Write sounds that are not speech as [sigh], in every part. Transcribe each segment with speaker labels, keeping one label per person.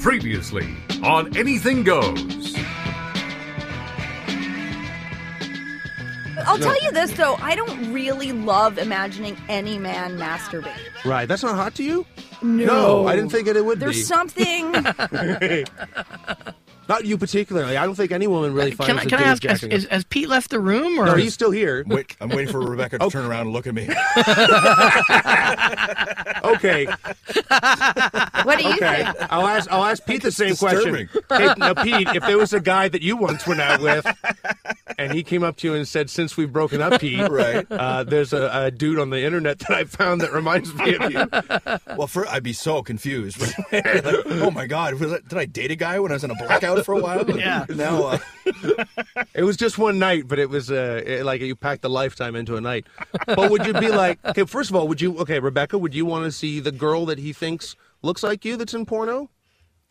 Speaker 1: Previously on Anything Goes.
Speaker 2: I'll tell you this though, I don't really love imagining any man masturbating.
Speaker 3: Right. That's not hot to you?
Speaker 2: No,
Speaker 3: I didn't think that it would be. [laughs]
Speaker 2: There's something.
Speaker 3: not you particularly. I don't think any woman really finds
Speaker 4: Can I,
Speaker 3: the
Speaker 4: can I
Speaker 3: dude
Speaker 4: ask, has,
Speaker 3: jacking
Speaker 4: is,
Speaker 3: off.
Speaker 4: has Pete left the room? Or
Speaker 3: No, he's still
Speaker 4: [laughs]
Speaker 3: here.
Speaker 5: Wait, I'm waiting for Rebecca to turn around and look at me.
Speaker 3: Okay.
Speaker 2: what do you
Speaker 3: Okay.
Speaker 2: think?
Speaker 3: I'll ask I'll ask Pete the same question. Hey, now, Pete, if there was a guy that you once went out with and he came up to you and said, Since we've broken up, Pete,
Speaker 5: Right.
Speaker 3: uh, there's a, a dude on the internet that I found that reminds me of you.
Speaker 5: Well, for, I'd be so confused. [laughs] Like, oh my God, was that, did I date a guy when I was in a blackout for a while?
Speaker 4: Yeah.
Speaker 5: Now, uh,
Speaker 3: It was just one night, but it was uh, it- like you packed a lifetime into a night. But would you be like, [laughs] okay, first of all, would you, okay, Rebecca, would you want to see the girl that he thinks looks like you that's in porno?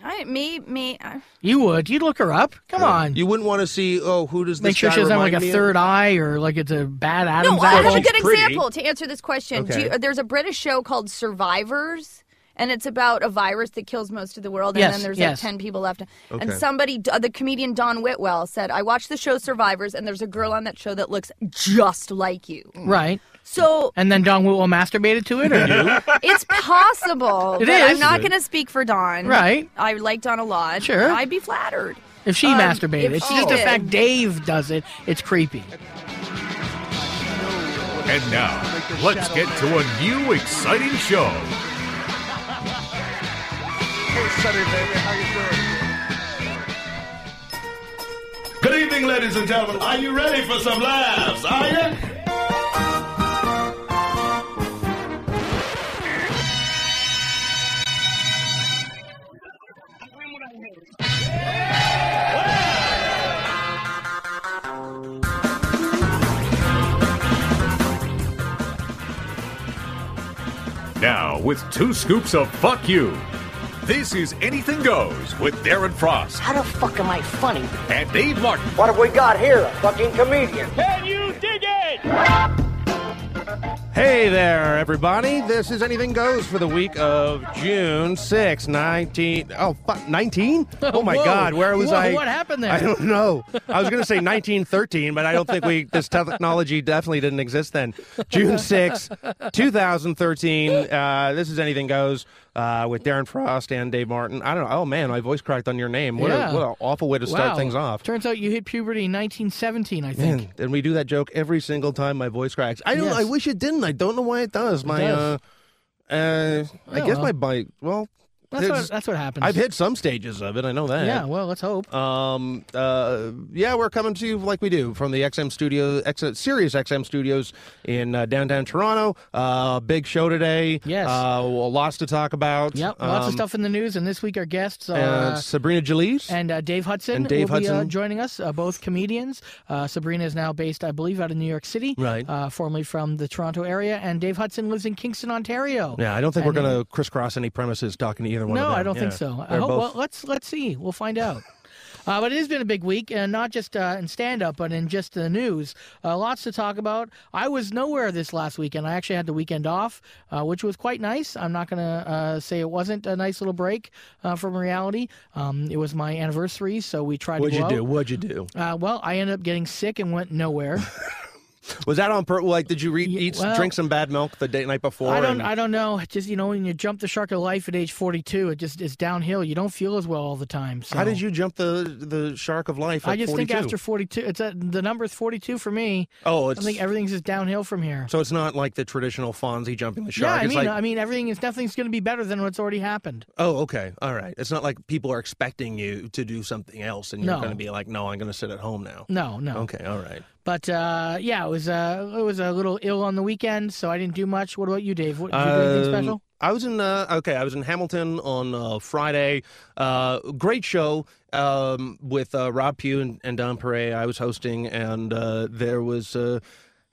Speaker 2: I, me, me. I,
Speaker 4: you would. You'd look her up. Come on.
Speaker 3: You wouldn't want to see, oh, who does this
Speaker 4: Make sure
Speaker 3: guy
Speaker 4: she doesn't have like
Speaker 3: remind
Speaker 4: a
Speaker 3: me
Speaker 4: third
Speaker 3: Of?
Speaker 4: eye or like it's a bad Adam's
Speaker 2: no, I have a
Speaker 4: apple.
Speaker 2: good
Speaker 3: she's pretty.
Speaker 2: example to answer this question. Do
Speaker 3: Okay.
Speaker 2: you- there's a British show called Survivors. And it's about a virus that kills most of the world, and
Speaker 4: Yes,
Speaker 2: then there's
Speaker 4: yes.
Speaker 2: like ten people left. And
Speaker 3: Okay.
Speaker 2: somebody, uh, the comedian Don Whitwell, said, "I watched the show Survivors, and there's a girl on that show that looks just like you."
Speaker 3: Mm.
Speaker 4: Right.
Speaker 2: So
Speaker 4: And then Don Whitwell masturbated to it? Or
Speaker 2: It's possible.
Speaker 4: [laughs] It
Speaker 2: but I'm
Speaker 4: is.
Speaker 2: not going to speak for Dawn.
Speaker 4: Right.
Speaker 2: I like Dawn a lot.
Speaker 4: Sure.
Speaker 2: I'd be flattered.
Speaker 4: if she
Speaker 2: Um,
Speaker 4: masturbated.
Speaker 2: if
Speaker 4: it's
Speaker 2: she
Speaker 4: just the
Speaker 2: did.
Speaker 4: fact Dave does it. It's creepy.
Speaker 1: And now, let's get to a new exciting show.
Speaker 6: Good evening, ladies and gentlemen. Are you ready for some laughs? Are you?
Speaker 1: Now, with two scoops of fuck you, this is Anything Goes with Darren Frost
Speaker 7: How the fuck am I funny?
Speaker 1: and Dave Martin.
Speaker 8: What have we got here? A fucking comedian.
Speaker 3: Hey there, everybody. This is Anything Goes for the week of June 6, 19. Oh, fuck,
Speaker 4: [laughs]
Speaker 3: 19? Oh, my
Speaker 4: Whoa.
Speaker 3: God. Where was
Speaker 4: Whoa,
Speaker 3: I?
Speaker 4: what happened there?
Speaker 3: I don't know. I was going to say 1913, but I don't think we this technology definitely didn't exist then. June 6, 2013. Uh, this is Anything Goes uh, with Darren Frost and Dave Martin. I don't know. Oh, man, my voice cracked on your name. What,
Speaker 4: Yeah.
Speaker 3: a, what an awful way to start things off.
Speaker 4: Turns out you hit puberty in 1917, I think.
Speaker 3: Man, and we do that joke every single time my voice cracks. I don't.
Speaker 4: Yes.
Speaker 3: I wish it didn't. I don't know why it does. My,
Speaker 4: does.
Speaker 3: uh, uh, I
Speaker 4: Oh,
Speaker 3: guess
Speaker 4: well.
Speaker 3: my bite. Well,
Speaker 4: That's
Speaker 3: it's-
Speaker 4: what, that's what happens.
Speaker 3: I've hit some stages of it. I know that.
Speaker 4: Yeah, well, let's hope.
Speaker 3: Um. Uh. Yeah, we're coming to you like we do from the XM studio, X, uh, Sirius XM studios in uh, downtown Toronto. Uh, big show today.
Speaker 4: Yes.
Speaker 3: Uh, lots to talk about.
Speaker 4: Yep, lots
Speaker 3: Um,
Speaker 4: of stuff in the news, and this week our guests are
Speaker 3: And
Speaker 4: uh,
Speaker 3: Sabrina Jalise.
Speaker 4: and uh, Dave Hudson
Speaker 3: And Dave
Speaker 4: will be uh,
Speaker 3: Hudson.
Speaker 4: joining us, uh, both comedians. Uh, Sabrina is now based, I believe, out of New York City,
Speaker 3: Right.
Speaker 4: Uh, formerly from the Toronto area, and Dave Hudson lives in Kingston, Ontario.
Speaker 3: yeah, I don't think
Speaker 4: and-
Speaker 3: we're going to crisscross any premises talking to either one of
Speaker 4: No,
Speaker 3: them.
Speaker 4: I don't think
Speaker 3: Yeah.
Speaker 4: so. I
Speaker 3: They're
Speaker 4: hope,
Speaker 3: both-
Speaker 4: well, let's let's see. We'll
Speaker 3: [laughs]
Speaker 4: find out. Uh, but it has been a big week, and not just uh, in stand up, but in just the news. Uh, lots to talk about. I was nowhere this last weekend. I actually had the weekend off, uh, which was quite nice. I'm not going to uh, say it wasn't a nice little break uh, from reality. Um, it was my anniversary, so we tried
Speaker 3: What'd
Speaker 4: to
Speaker 3: you
Speaker 4: go
Speaker 3: do?
Speaker 4: out.
Speaker 3: What'd you do?
Speaker 4: Uh, well, I ended up getting sick and
Speaker 3: [laughs]
Speaker 4: went nowhere.
Speaker 3: Was that on pur Like, did you re-
Speaker 4: Yeah,
Speaker 3: eat,
Speaker 4: well-
Speaker 3: drink some bad milk the day night before?
Speaker 4: I don't.
Speaker 3: and-
Speaker 4: I don't know. It's Just you know, when you jump the shark of life at age 42, it just is downhill. You don't feel as well all the time. So.
Speaker 3: How did you jump the the shark of life? At
Speaker 4: I just
Speaker 3: 42?
Speaker 4: think after 42, it's a, the number is 42 for me.
Speaker 3: Oh, it's
Speaker 4: I think everything's just downhill from here.
Speaker 3: so it's not like the traditional Fonzie jumping the
Speaker 4: yeah,
Speaker 3: shark.
Speaker 4: I
Speaker 3: it's
Speaker 4: mean,
Speaker 3: like,
Speaker 4: I mean, everything is nothing's going to be better than what's already happened.
Speaker 3: oh, okay, all right. It's not like people are expecting you to do something else, and
Speaker 4: No.
Speaker 3: you're going to be like, no, I'm going to sit at home now.
Speaker 4: No, no.
Speaker 3: Okay, all right.
Speaker 4: But uh, yeah, it was uh, it was a little ill on the weekend, so I didn't do much. What about you, Dave? What, did you do anything
Speaker 3: Um,
Speaker 4: special?
Speaker 3: I was in uh, okay. I was in Hamilton on uh, Friday. Uh, great show um, with uh, Rob Pugh and, and Don Pere. I was hosting, and uh, there was. Uh,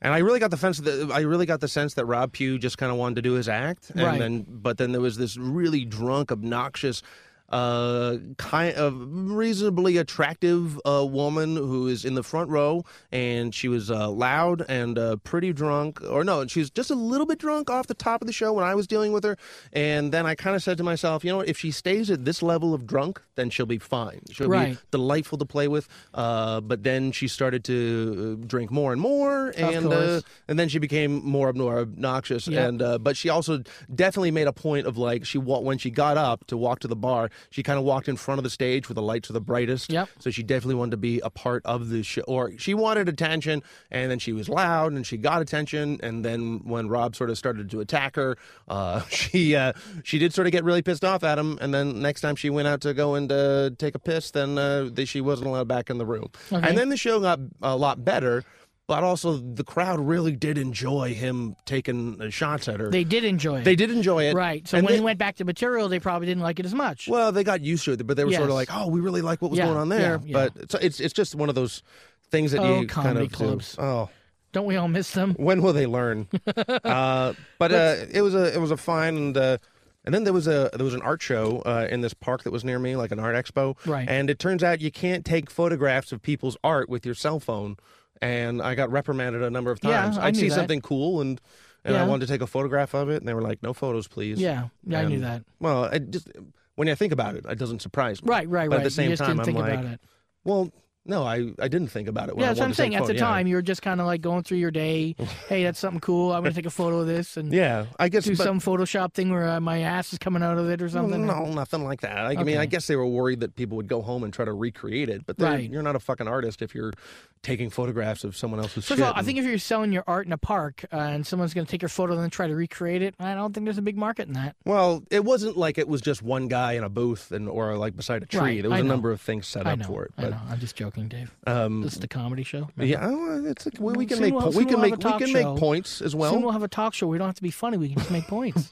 Speaker 3: and I really got the sense that I really got the sense that Rob Pugh just kind of wanted to do his act, and
Speaker 4: Right.
Speaker 3: then but then there was this really drunk, obnoxious. uh, kind of reasonably attractive uh, woman who is in the front row, and she was uh, loud and uh, pretty drunk, or no, she was just a little bit drunk off the top of the show when I was dealing with her, and then I kind of said to myself, you know, what, if she stays at this level of drunk, then she'll be fine. She'll
Speaker 4: Right.
Speaker 3: be delightful to play with. Uh, but then she started to uh, drink more and more, and uh,
Speaker 4: course.
Speaker 3: and then she became more and more obnoxious.
Speaker 4: Yeah.
Speaker 3: And uh, but she also definitely made a point of like she wa- when she got up to walk to the bar, she kind of walked in front of the stage where the lights are the brightest.
Speaker 4: Yep.
Speaker 3: So she definitely wanted to be a part of the show, or she wanted attention, and then she was loud and she got attention, and then when Rob sort of started to attack her, uh, [laughs] she uh, she did sort of get really pissed off at him, and then next time she went out to go and uh, take a piss, then uh, th- she wasn't allowed back in the room, and then the show got a lot better. But also, the crowd really did enjoy him taking uh, shots at her.
Speaker 4: They did enjoy it.
Speaker 3: They did enjoy it,
Speaker 4: Right. So
Speaker 3: and
Speaker 4: when
Speaker 3: they-
Speaker 4: he went back to material, they probably didn't like it as much.
Speaker 3: well, they got used to it, but they were sort of
Speaker 4: Yes.
Speaker 3: like, "Oh, we really like what was
Speaker 4: Yeah,
Speaker 3: going on there."
Speaker 4: yeah, yeah.
Speaker 3: But so it's it's just one of those things that
Speaker 4: Oh,
Speaker 3: you kind
Speaker 4: comedy
Speaker 3: of do.
Speaker 4: clubs.
Speaker 3: Oh,
Speaker 4: Don't we all miss them?
Speaker 3: when will they
Speaker 4: [laughs]
Speaker 3: learn? uh, but uh, it was a it was a fine and. Uh, and then there was a there was an art show uh, in this park that was near me, like an art expo.
Speaker 4: Right.
Speaker 3: And it turns out you can't take photographs of people's art with your cell phone. And I got reprimanded a number of
Speaker 4: Yeah,
Speaker 3: times.
Speaker 4: I
Speaker 3: I'd
Speaker 4: knew
Speaker 3: see
Speaker 4: that.
Speaker 3: something cool and and I
Speaker 4: Yeah.
Speaker 3: wanted to take a photograph of it, and they were like, "No photos, please."
Speaker 4: Yeah. Yeah, I knew
Speaker 3: And-
Speaker 4: that.
Speaker 3: Well, I just when I think about it, it doesn't surprise me.
Speaker 4: Right, right,
Speaker 3: but
Speaker 4: right.
Speaker 3: At the same
Speaker 4: you just
Speaker 3: time,
Speaker 4: didn't think
Speaker 3: I'm like,
Speaker 4: about it.
Speaker 3: well, no, I, I didn't think about it. When
Speaker 4: Yeah,
Speaker 3: I
Speaker 4: that's
Speaker 3: wanted
Speaker 4: what I'm
Speaker 3: to take
Speaker 4: saying. At
Speaker 3: photo-
Speaker 4: the
Speaker 3: yeah.
Speaker 4: time, you were just kind of like going through
Speaker 3: [laughs]
Speaker 4: your day. hey, that's something cool. I'm gonna take a photo of this and
Speaker 3: Yeah, I guess.
Speaker 4: do
Speaker 3: but-
Speaker 4: some Photoshop thing where uh, my ass is coming out of it or something.
Speaker 3: No, nothing like that. I, I mean, I
Speaker 4: Okay.
Speaker 3: guess they were worried that people would go home and try to recreate it, but they're-
Speaker 4: Right.
Speaker 3: you're not a fucking artist if you're taking photographs of someone else's
Speaker 4: First
Speaker 3: shit.
Speaker 4: of all, I
Speaker 3: and-
Speaker 4: think if you're selling your art in a park uh, and someone's going to take your photo and then try to recreate it, I don't think there's a big market in that.
Speaker 3: Well, it wasn't like it was just one guy in a booth and or like beside a tree.
Speaker 4: Right,
Speaker 3: there was
Speaker 4: I
Speaker 3: a
Speaker 4: know.
Speaker 3: number of things set
Speaker 4: I
Speaker 3: up
Speaker 4: know.
Speaker 3: for it.
Speaker 4: I
Speaker 3: But um,
Speaker 4: know. I'm just joking, Dave. this is the comedy show.
Speaker 3: yeah, oh, it's like, we, we can
Speaker 4: Soon
Speaker 3: make
Speaker 4: we'll-
Speaker 3: po- we
Speaker 4: soon
Speaker 3: can
Speaker 4: we'll have
Speaker 3: make
Speaker 4: a
Speaker 3: we
Speaker 4: talk
Speaker 3: can make
Speaker 4: show.
Speaker 3: points as well.
Speaker 4: Soon we'll have a talk show. We don't have to be funny. We can just
Speaker 3: [laughs]
Speaker 4: make points.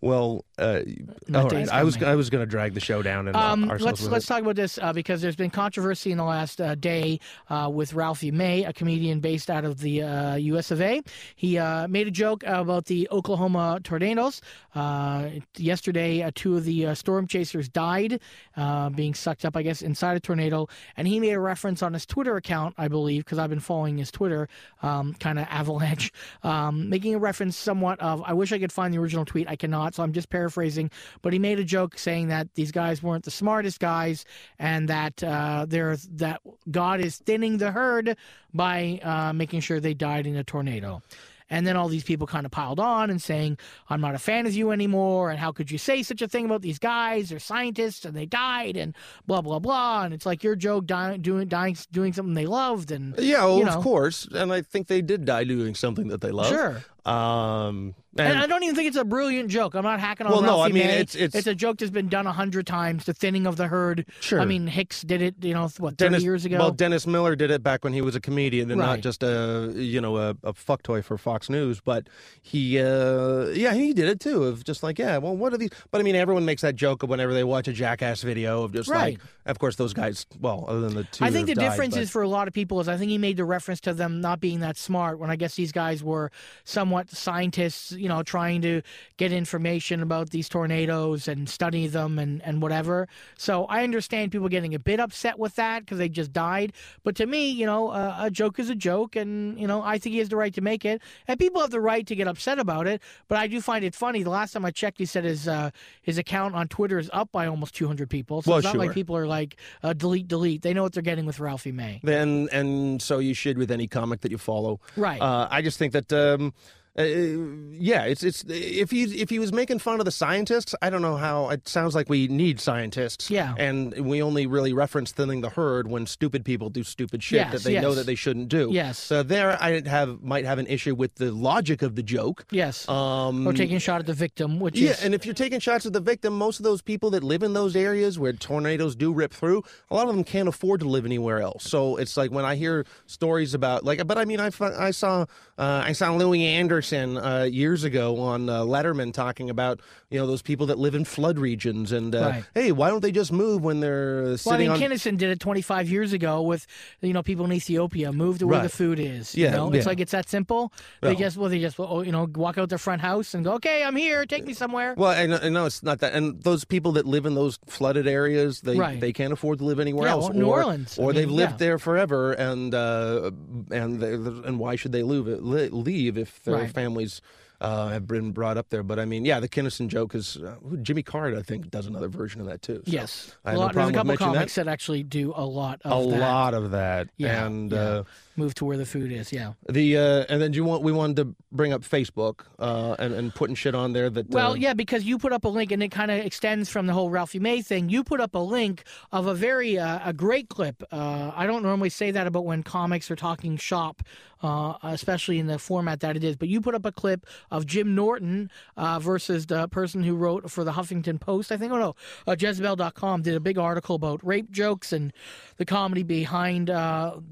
Speaker 3: Well, uh, all right.
Speaker 4: day's
Speaker 3: I was
Speaker 4: coming.
Speaker 3: I was going to drag the show down and uh,
Speaker 4: Um,
Speaker 3: ourselves
Speaker 4: let's
Speaker 3: with
Speaker 4: let's
Speaker 3: it.
Speaker 4: talk about this uh, because there's been controversy in the last uh, day uh, with Ralphie May, a comedian based out of the uh, U.S. of A. He uh, made a joke about the Oklahoma tornadoes. Uh, yesterday, uh, two of the uh, storm chasers died, uh, being sucked up, I guess, inside a tornado. And he made a reference on his Twitter account, I believe, because I've been following his Twitter, um, kind of avalanche, um, making a reference somewhat of. I wish I could find the original tweet. I cannot, so I'm just paraphrasing. But he made a joke saying that these guys weren't the smartest guys, and that uh, they're that God is thinning the herd by uh, making sure they died in a tornado. And then all these people kind of piled on and saying, I'm not a fan of you anymore. And how could you say such a thing about these guys? They're scientists and they died and blah, blah, blah. And it's like your joke dying, doing, dying, doing something they loved. And
Speaker 3: Yeah, well,
Speaker 4: you
Speaker 3: of
Speaker 4: know.
Speaker 3: course. And I think they did die doing something that they love.
Speaker 4: Sure.
Speaker 3: Um,
Speaker 4: And, uh,
Speaker 3: and,
Speaker 4: I don't even think it's a brilliant joke. I'm not hacking on
Speaker 3: Well, no,
Speaker 4: Ralphie
Speaker 3: I mean,
Speaker 4: May.
Speaker 3: it's- it's-
Speaker 4: a joke that's been done a hundred times. The thinning of the herd.
Speaker 3: Sure.
Speaker 4: I mean, Hicks did it. You know, what thirty
Speaker 3: Dennis,
Speaker 4: years ago.
Speaker 3: Well, Dennis Miller did it back when he was a comedian and not
Speaker 4: Right.
Speaker 3: just a you know a, a fuck toy for Fox News. But he, uh, yeah, he did it too. Of just like, yeah, well, what are these? But I mean, everyone makes that joke of whenever they watch a Jackass video of just
Speaker 4: Right.
Speaker 3: like, of course, those guys. Well, other than the two,
Speaker 4: I
Speaker 3: that
Speaker 4: think the
Speaker 3: have died,
Speaker 4: difference
Speaker 3: but-
Speaker 4: is for a lot of people is I think he made the reference to them not being that smart when I guess these guys were somewhat scientists, you know, trying to get information about these tornadoes and study them and, and whatever. So I understand people getting a bit upset with that because they just died. But to me, you know, uh, a joke is a joke and, you know, I think he has the right to make it. And people have the right to get upset about it. But I do find it funny. The last time I checked, he said his, uh, his account on Twitter is up by almost 200 people. So
Speaker 3: Well,
Speaker 4: it's not like
Speaker 3: sure.
Speaker 4: people people are like uh, delete delete they know what they're getting with ralphie may
Speaker 3: Then and so you should with any comic that you follow.
Speaker 4: Right.
Speaker 3: Uh, I just think that. Um, uh, yeah, it's it's if he if he was making fun of the scientists, I don't know how it sounds like we need scientists.
Speaker 4: Yeah.
Speaker 3: and we only really reference thinning the herd when stupid people do stupid shit
Speaker 4: Yes,
Speaker 3: that they know
Speaker 4: yes.
Speaker 3: that they shouldn't do.
Speaker 4: Yes.
Speaker 3: so there I have might have an issue with the logic of the joke.
Speaker 4: yes
Speaker 3: Um,
Speaker 4: or taking a shot at the victim which
Speaker 3: yeah,
Speaker 4: is
Speaker 3: and if you're taking shots at the victim, most of those people that live in those areas where tornadoes do rip through, a lot of them can't afford to live anywhere else. So it's like when I hear stories about like, but I mean, I fu- I saw uh, I saw Louis Anderson Patterson uh, years ago on uh, Letterman talking about you know those people that live in flood regions and uh,
Speaker 4: Right.
Speaker 3: hey, why don't they just move when they're
Speaker 4: Well, I
Speaker 3: sitting
Speaker 4: mean,
Speaker 3: on?
Speaker 4: Kinnison did it 25 years ago with, you know, people in Ethiopia moved to where the
Speaker 3: Right.
Speaker 4: food is.
Speaker 3: Yeah,
Speaker 4: you know? it's
Speaker 3: yeah.
Speaker 4: like it's that simple. They just, well, they just, well, you know, walk out their front house and go, okay, I'm here, take me somewhere.
Speaker 3: well, I know, I know it's not that, and those people that live in those flooded areas, they
Speaker 4: Right.
Speaker 3: they can't afford to live anywhere
Speaker 4: Yeah,
Speaker 3: else.
Speaker 4: well, New
Speaker 3: or,
Speaker 4: Orleans, I
Speaker 3: or they've
Speaker 4: mean,
Speaker 3: lived
Speaker 4: yeah.
Speaker 3: there forever, and uh, and they, and why should they leave li- leave if their
Speaker 4: Right.
Speaker 3: families? Uh, have been brought up there, but I mean, yeah, the Kinnison joke is uh, Jimmy Card. I think does another version of that too. so
Speaker 4: yes.
Speaker 3: I
Speaker 4: A
Speaker 3: have no
Speaker 4: lot, there's a
Speaker 3: problem
Speaker 4: couple
Speaker 3: with mentioning that.
Speaker 4: comics that. actually do a lot of
Speaker 3: a
Speaker 4: that.
Speaker 3: lot of that.
Speaker 4: Yeah,
Speaker 3: and
Speaker 4: yeah.
Speaker 3: Uh,
Speaker 4: Move to where the food is, yeah.
Speaker 3: the uh, and then you want we wanted to bring up Facebook uh, and and putting shit on there that
Speaker 4: Well,
Speaker 3: uh,
Speaker 4: yeah, because you put up a link, and it kind of extends from the whole Ralphie May thing. You put up a link of a very uh, a great clip. Uh, I don't normally say that about when comics are talking shop, uh, especially in the format that it is. But you put up a clip of Jim Norton uh, versus the person who wrote for the Huffington Post, I think. Oh no, uh, Jezebel.com did a big article about rape jokes and the comedy behind uh,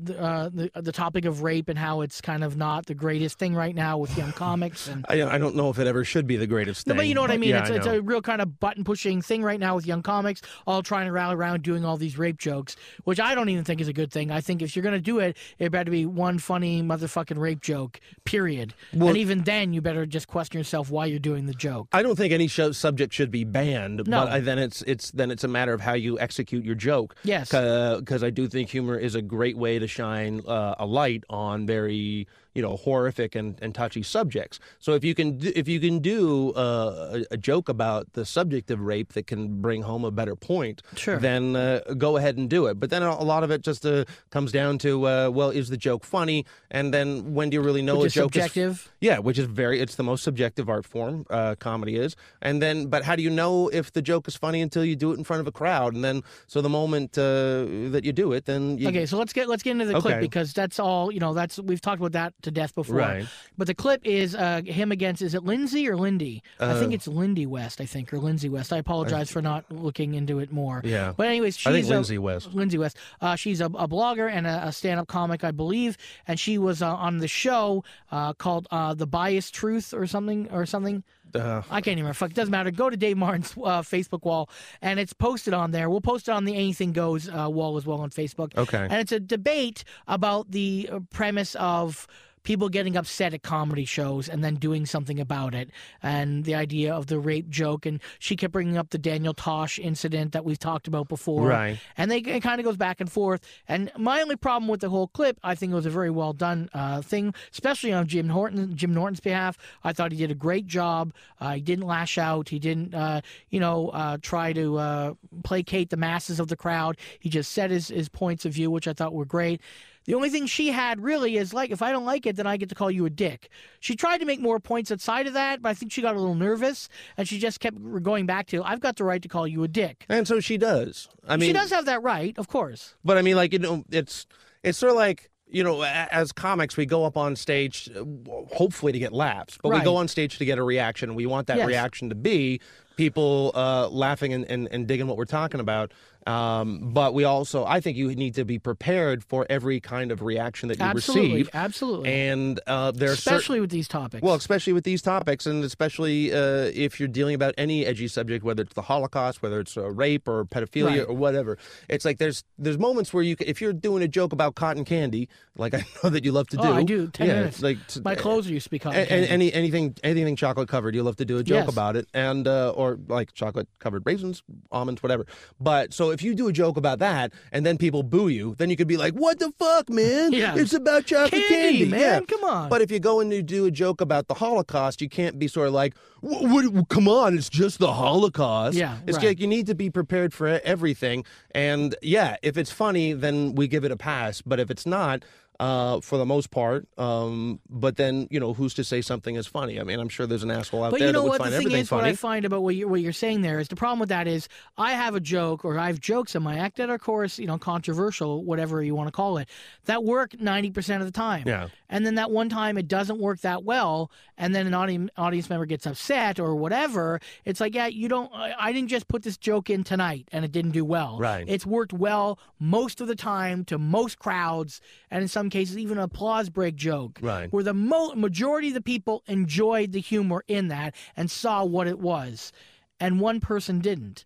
Speaker 4: the, uh, the the topic of rape and how it's kind of not the greatest thing right now with young comics and.
Speaker 3: I, I don't know if it ever should be the greatest
Speaker 4: No,
Speaker 3: thing.
Speaker 4: but you know what I mean.
Speaker 3: Yeah,
Speaker 4: it's, it's
Speaker 3: know.
Speaker 4: a real kind of button pushing thing right now with young comics, all trying to rally around doing all these rape jokes, which I don't even think is a good thing. I think if you're going to do it, it better be one funny motherfucking rape joke, period. and even then, you better just question yourself why you're doing the joke.
Speaker 3: I don't think any show subject should be banned,
Speaker 4: No.
Speaker 3: but I, then it's it's then it's a matter of how you execute your joke.
Speaker 4: Yes.
Speaker 3: because I do think humor is a great way to shine uh, a light on very you know horrific and, and touchy subjects. So if you can d- if you can do uh, a, a joke about the subject of rape that can bring home a better point,
Speaker 4: Sure.
Speaker 3: then uh, go ahead and do it. But then a lot of it just uh, comes down to uh, well, is the joke funny? And then when do you really know
Speaker 4: Which
Speaker 3: a
Speaker 4: is
Speaker 3: joke is
Speaker 4: subjective.
Speaker 3: yeah, which is very, it's the most subjective art form, uh, comedy is. And then, but how do you know if the joke is funny until you do it in front of a crowd? And then, so the moment uh, that you do it, then you.
Speaker 4: Okay, so let's get let's get into the
Speaker 3: Okay.
Speaker 4: clip because that's all you know. That's we've talked about that to death before.
Speaker 3: Right.
Speaker 4: But the clip is uh, him against is it Lindsay or Lindy? I
Speaker 3: Uh.
Speaker 4: think it's Lindy West. I think or Lindsay West. I apologize for not looking into it more.
Speaker 3: Yeah.
Speaker 4: But anyways, she's
Speaker 3: I think
Speaker 4: a-
Speaker 3: Lindsay West.
Speaker 4: Lindsay West. Uh, she's a, a blogger and a, a stand-up comic, I believe. And she was uh, on the show uh, called uh, "The Bias Truth" or something or something. I can't even remember. Fuck, it doesn't matter. Go to Dave Martin's uh, Facebook wall, and it's posted on there. We'll post it on the Anything Goes uh, wall as well on Facebook.
Speaker 3: Okay.
Speaker 4: And it's a debate about the uh, premise of people getting upset at comedy shows and then doing something about it and the idea of the rape joke and she kept bringing up the daniel tosh incident that we've talked about before
Speaker 3: Right.
Speaker 4: and they it kind of goes back and forth and my only problem with the whole clip i think it was a very well done uh, thing especially on jim norton jim norton's behalf i thought he did a great job uh, he didn't lash out he didn't uh, you know uh, try to uh, placate the masses of the crowd he just said his, his points of view which i thought were great the only thing she had really is like, if I don't like it, then I get to call you a dick. She tried to make more points outside of that, but I think she got a little nervous and she just kept going back to, I've got the right to call you a dick.
Speaker 3: And so she does. I mean,
Speaker 4: she does have that right, of course.
Speaker 3: But I mean, like you know, it's it's sort of like you know, a- as comics, we go up on stage uh, w- hopefully to get laughs, but
Speaker 4: Right.
Speaker 3: we go on stage to get a reaction. and We want that
Speaker 4: Yes.
Speaker 3: reaction to be people uh, laughing and, and, and digging what we're talking about. Um, but we also, I think, you need to be prepared for every kind of reaction that you
Speaker 4: Absolutely,
Speaker 3: receive.
Speaker 4: absolutely.
Speaker 3: and uh, there's
Speaker 4: Especially with these topics.
Speaker 3: well, especially with these topics, and especially uh, if you're dealing about any edgy subject, whether it's the Holocaust, whether it's uh, rape or pedophilia
Speaker 4: Right.
Speaker 3: or whatever, it's like there's there's moments where you, c- if you're doing a joke about cotton candy, like I [laughs] know that you love to
Speaker 4: oh,
Speaker 3: do,
Speaker 4: I do. 10
Speaker 3: yeah,
Speaker 4: minutes.
Speaker 3: like eh,
Speaker 4: My clothes used to be cotton
Speaker 3: a- a-
Speaker 4: candy.
Speaker 3: any anything anything chocolate covered, you love to do a joke
Speaker 4: Yes.
Speaker 3: about it, and uh, or like chocolate covered raisins, almonds, whatever. But so if you do a joke about that, and then people boo you, then you could be like, "What the fuck, man?
Speaker 4: [laughs] Yeah.
Speaker 3: It's about chocolate
Speaker 4: Candy,
Speaker 3: candy,
Speaker 4: man,
Speaker 3: Yeah.
Speaker 4: come on.
Speaker 3: But if you go and you do a joke about the Holocaust, you can't be sort of like, "Wha- what, what- come on, it's just the Holocaust."
Speaker 4: Yeah,
Speaker 3: it's
Speaker 4: right.
Speaker 3: like you need to be prepared for everything. And yeah, if it's funny, then we give it a pass. But if it's not, uh, for the most part, um, but then you know who's to say something is funny? I mean, I'm sure there's an asshole out
Speaker 4: But
Speaker 3: there
Speaker 4: you know
Speaker 3: that would
Speaker 4: what? The
Speaker 3: find
Speaker 4: thing
Speaker 3: everything
Speaker 4: is, what
Speaker 3: funny.
Speaker 4: I find about what you're, what you're saying there is the problem with that is I have a joke or I have jokes in my act that are, of course, you know, controversial, whatever you want to call it, that work 90% of the time.
Speaker 3: Yeah.
Speaker 4: And then that one time it doesn't work that well, and then an audience, audience member gets upset or whatever. It's like, yeah, you don't, I, I didn't just put this joke in tonight and it didn't do well.
Speaker 3: Right.
Speaker 4: It's worked well most of the time to most crowds, and in some cases even an applause break joke,
Speaker 3: Right.
Speaker 4: where the mo- majority of the people enjoyed the humor in that and saw what it was, and one person didn't.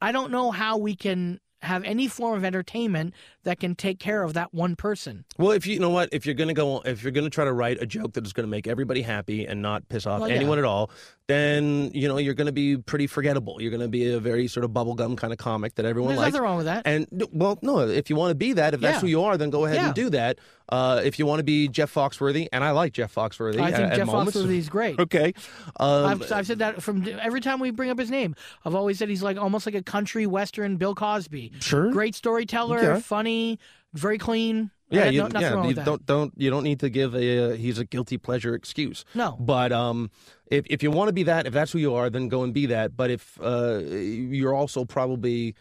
Speaker 4: I don't know how we can have any form of entertainment that can take care of that one person.
Speaker 3: Well, if you, you know what, if you're gonna go, if you're gonna try to write a joke that is gonna make everybody happy and not piss off
Speaker 4: Well, yeah.
Speaker 3: anyone at all, then you know you're gonna be pretty forgettable. You're gonna be a very sort of bubblegum kind of comic that everyone
Speaker 4: There's
Speaker 3: likes.
Speaker 4: nothing wrong with that.
Speaker 3: And no- well, no, if you want to be that, if that's
Speaker 4: Yeah.
Speaker 3: who you are, then go ahead
Speaker 4: Yeah.
Speaker 3: and do that. Uh, if you want to be Jeff Foxworthy, and I like Jeff Foxworthy.
Speaker 4: I
Speaker 3: at-
Speaker 4: think
Speaker 3: at
Speaker 4: Jeff
Speaker 3: moments.
Speaker 4: Foxworthy is
Speaker 3: [laughs]
Speaker 4: great.
Speaker 3: Okay. Um,
Speaker 4: I've, I've said that from every time we bring up his name. I've always said he's like almost like a country western Bill Cosby.
Speaker 3: Sure.
Speaker 4: Great storyteller,
Speaker 3: Okay.
Speaker 4: funny, very clean.
Speaker 3: Yeah,
Speaker 4: Uh,
Speaker 3: you,
Speaker 4: no- nothing
Speaker 3: yeah.
Speaker 4: wrong
Speaker 3: You
Speaker 4: with that.
Speaker 3: don't don't you don't need to give a uh, he's a guilty pleasure excuse.
Speaker 4: No.
Speaker 3: But um, if if you want to be that, if that's who you are, then go and be that. But if uh, you're also probably,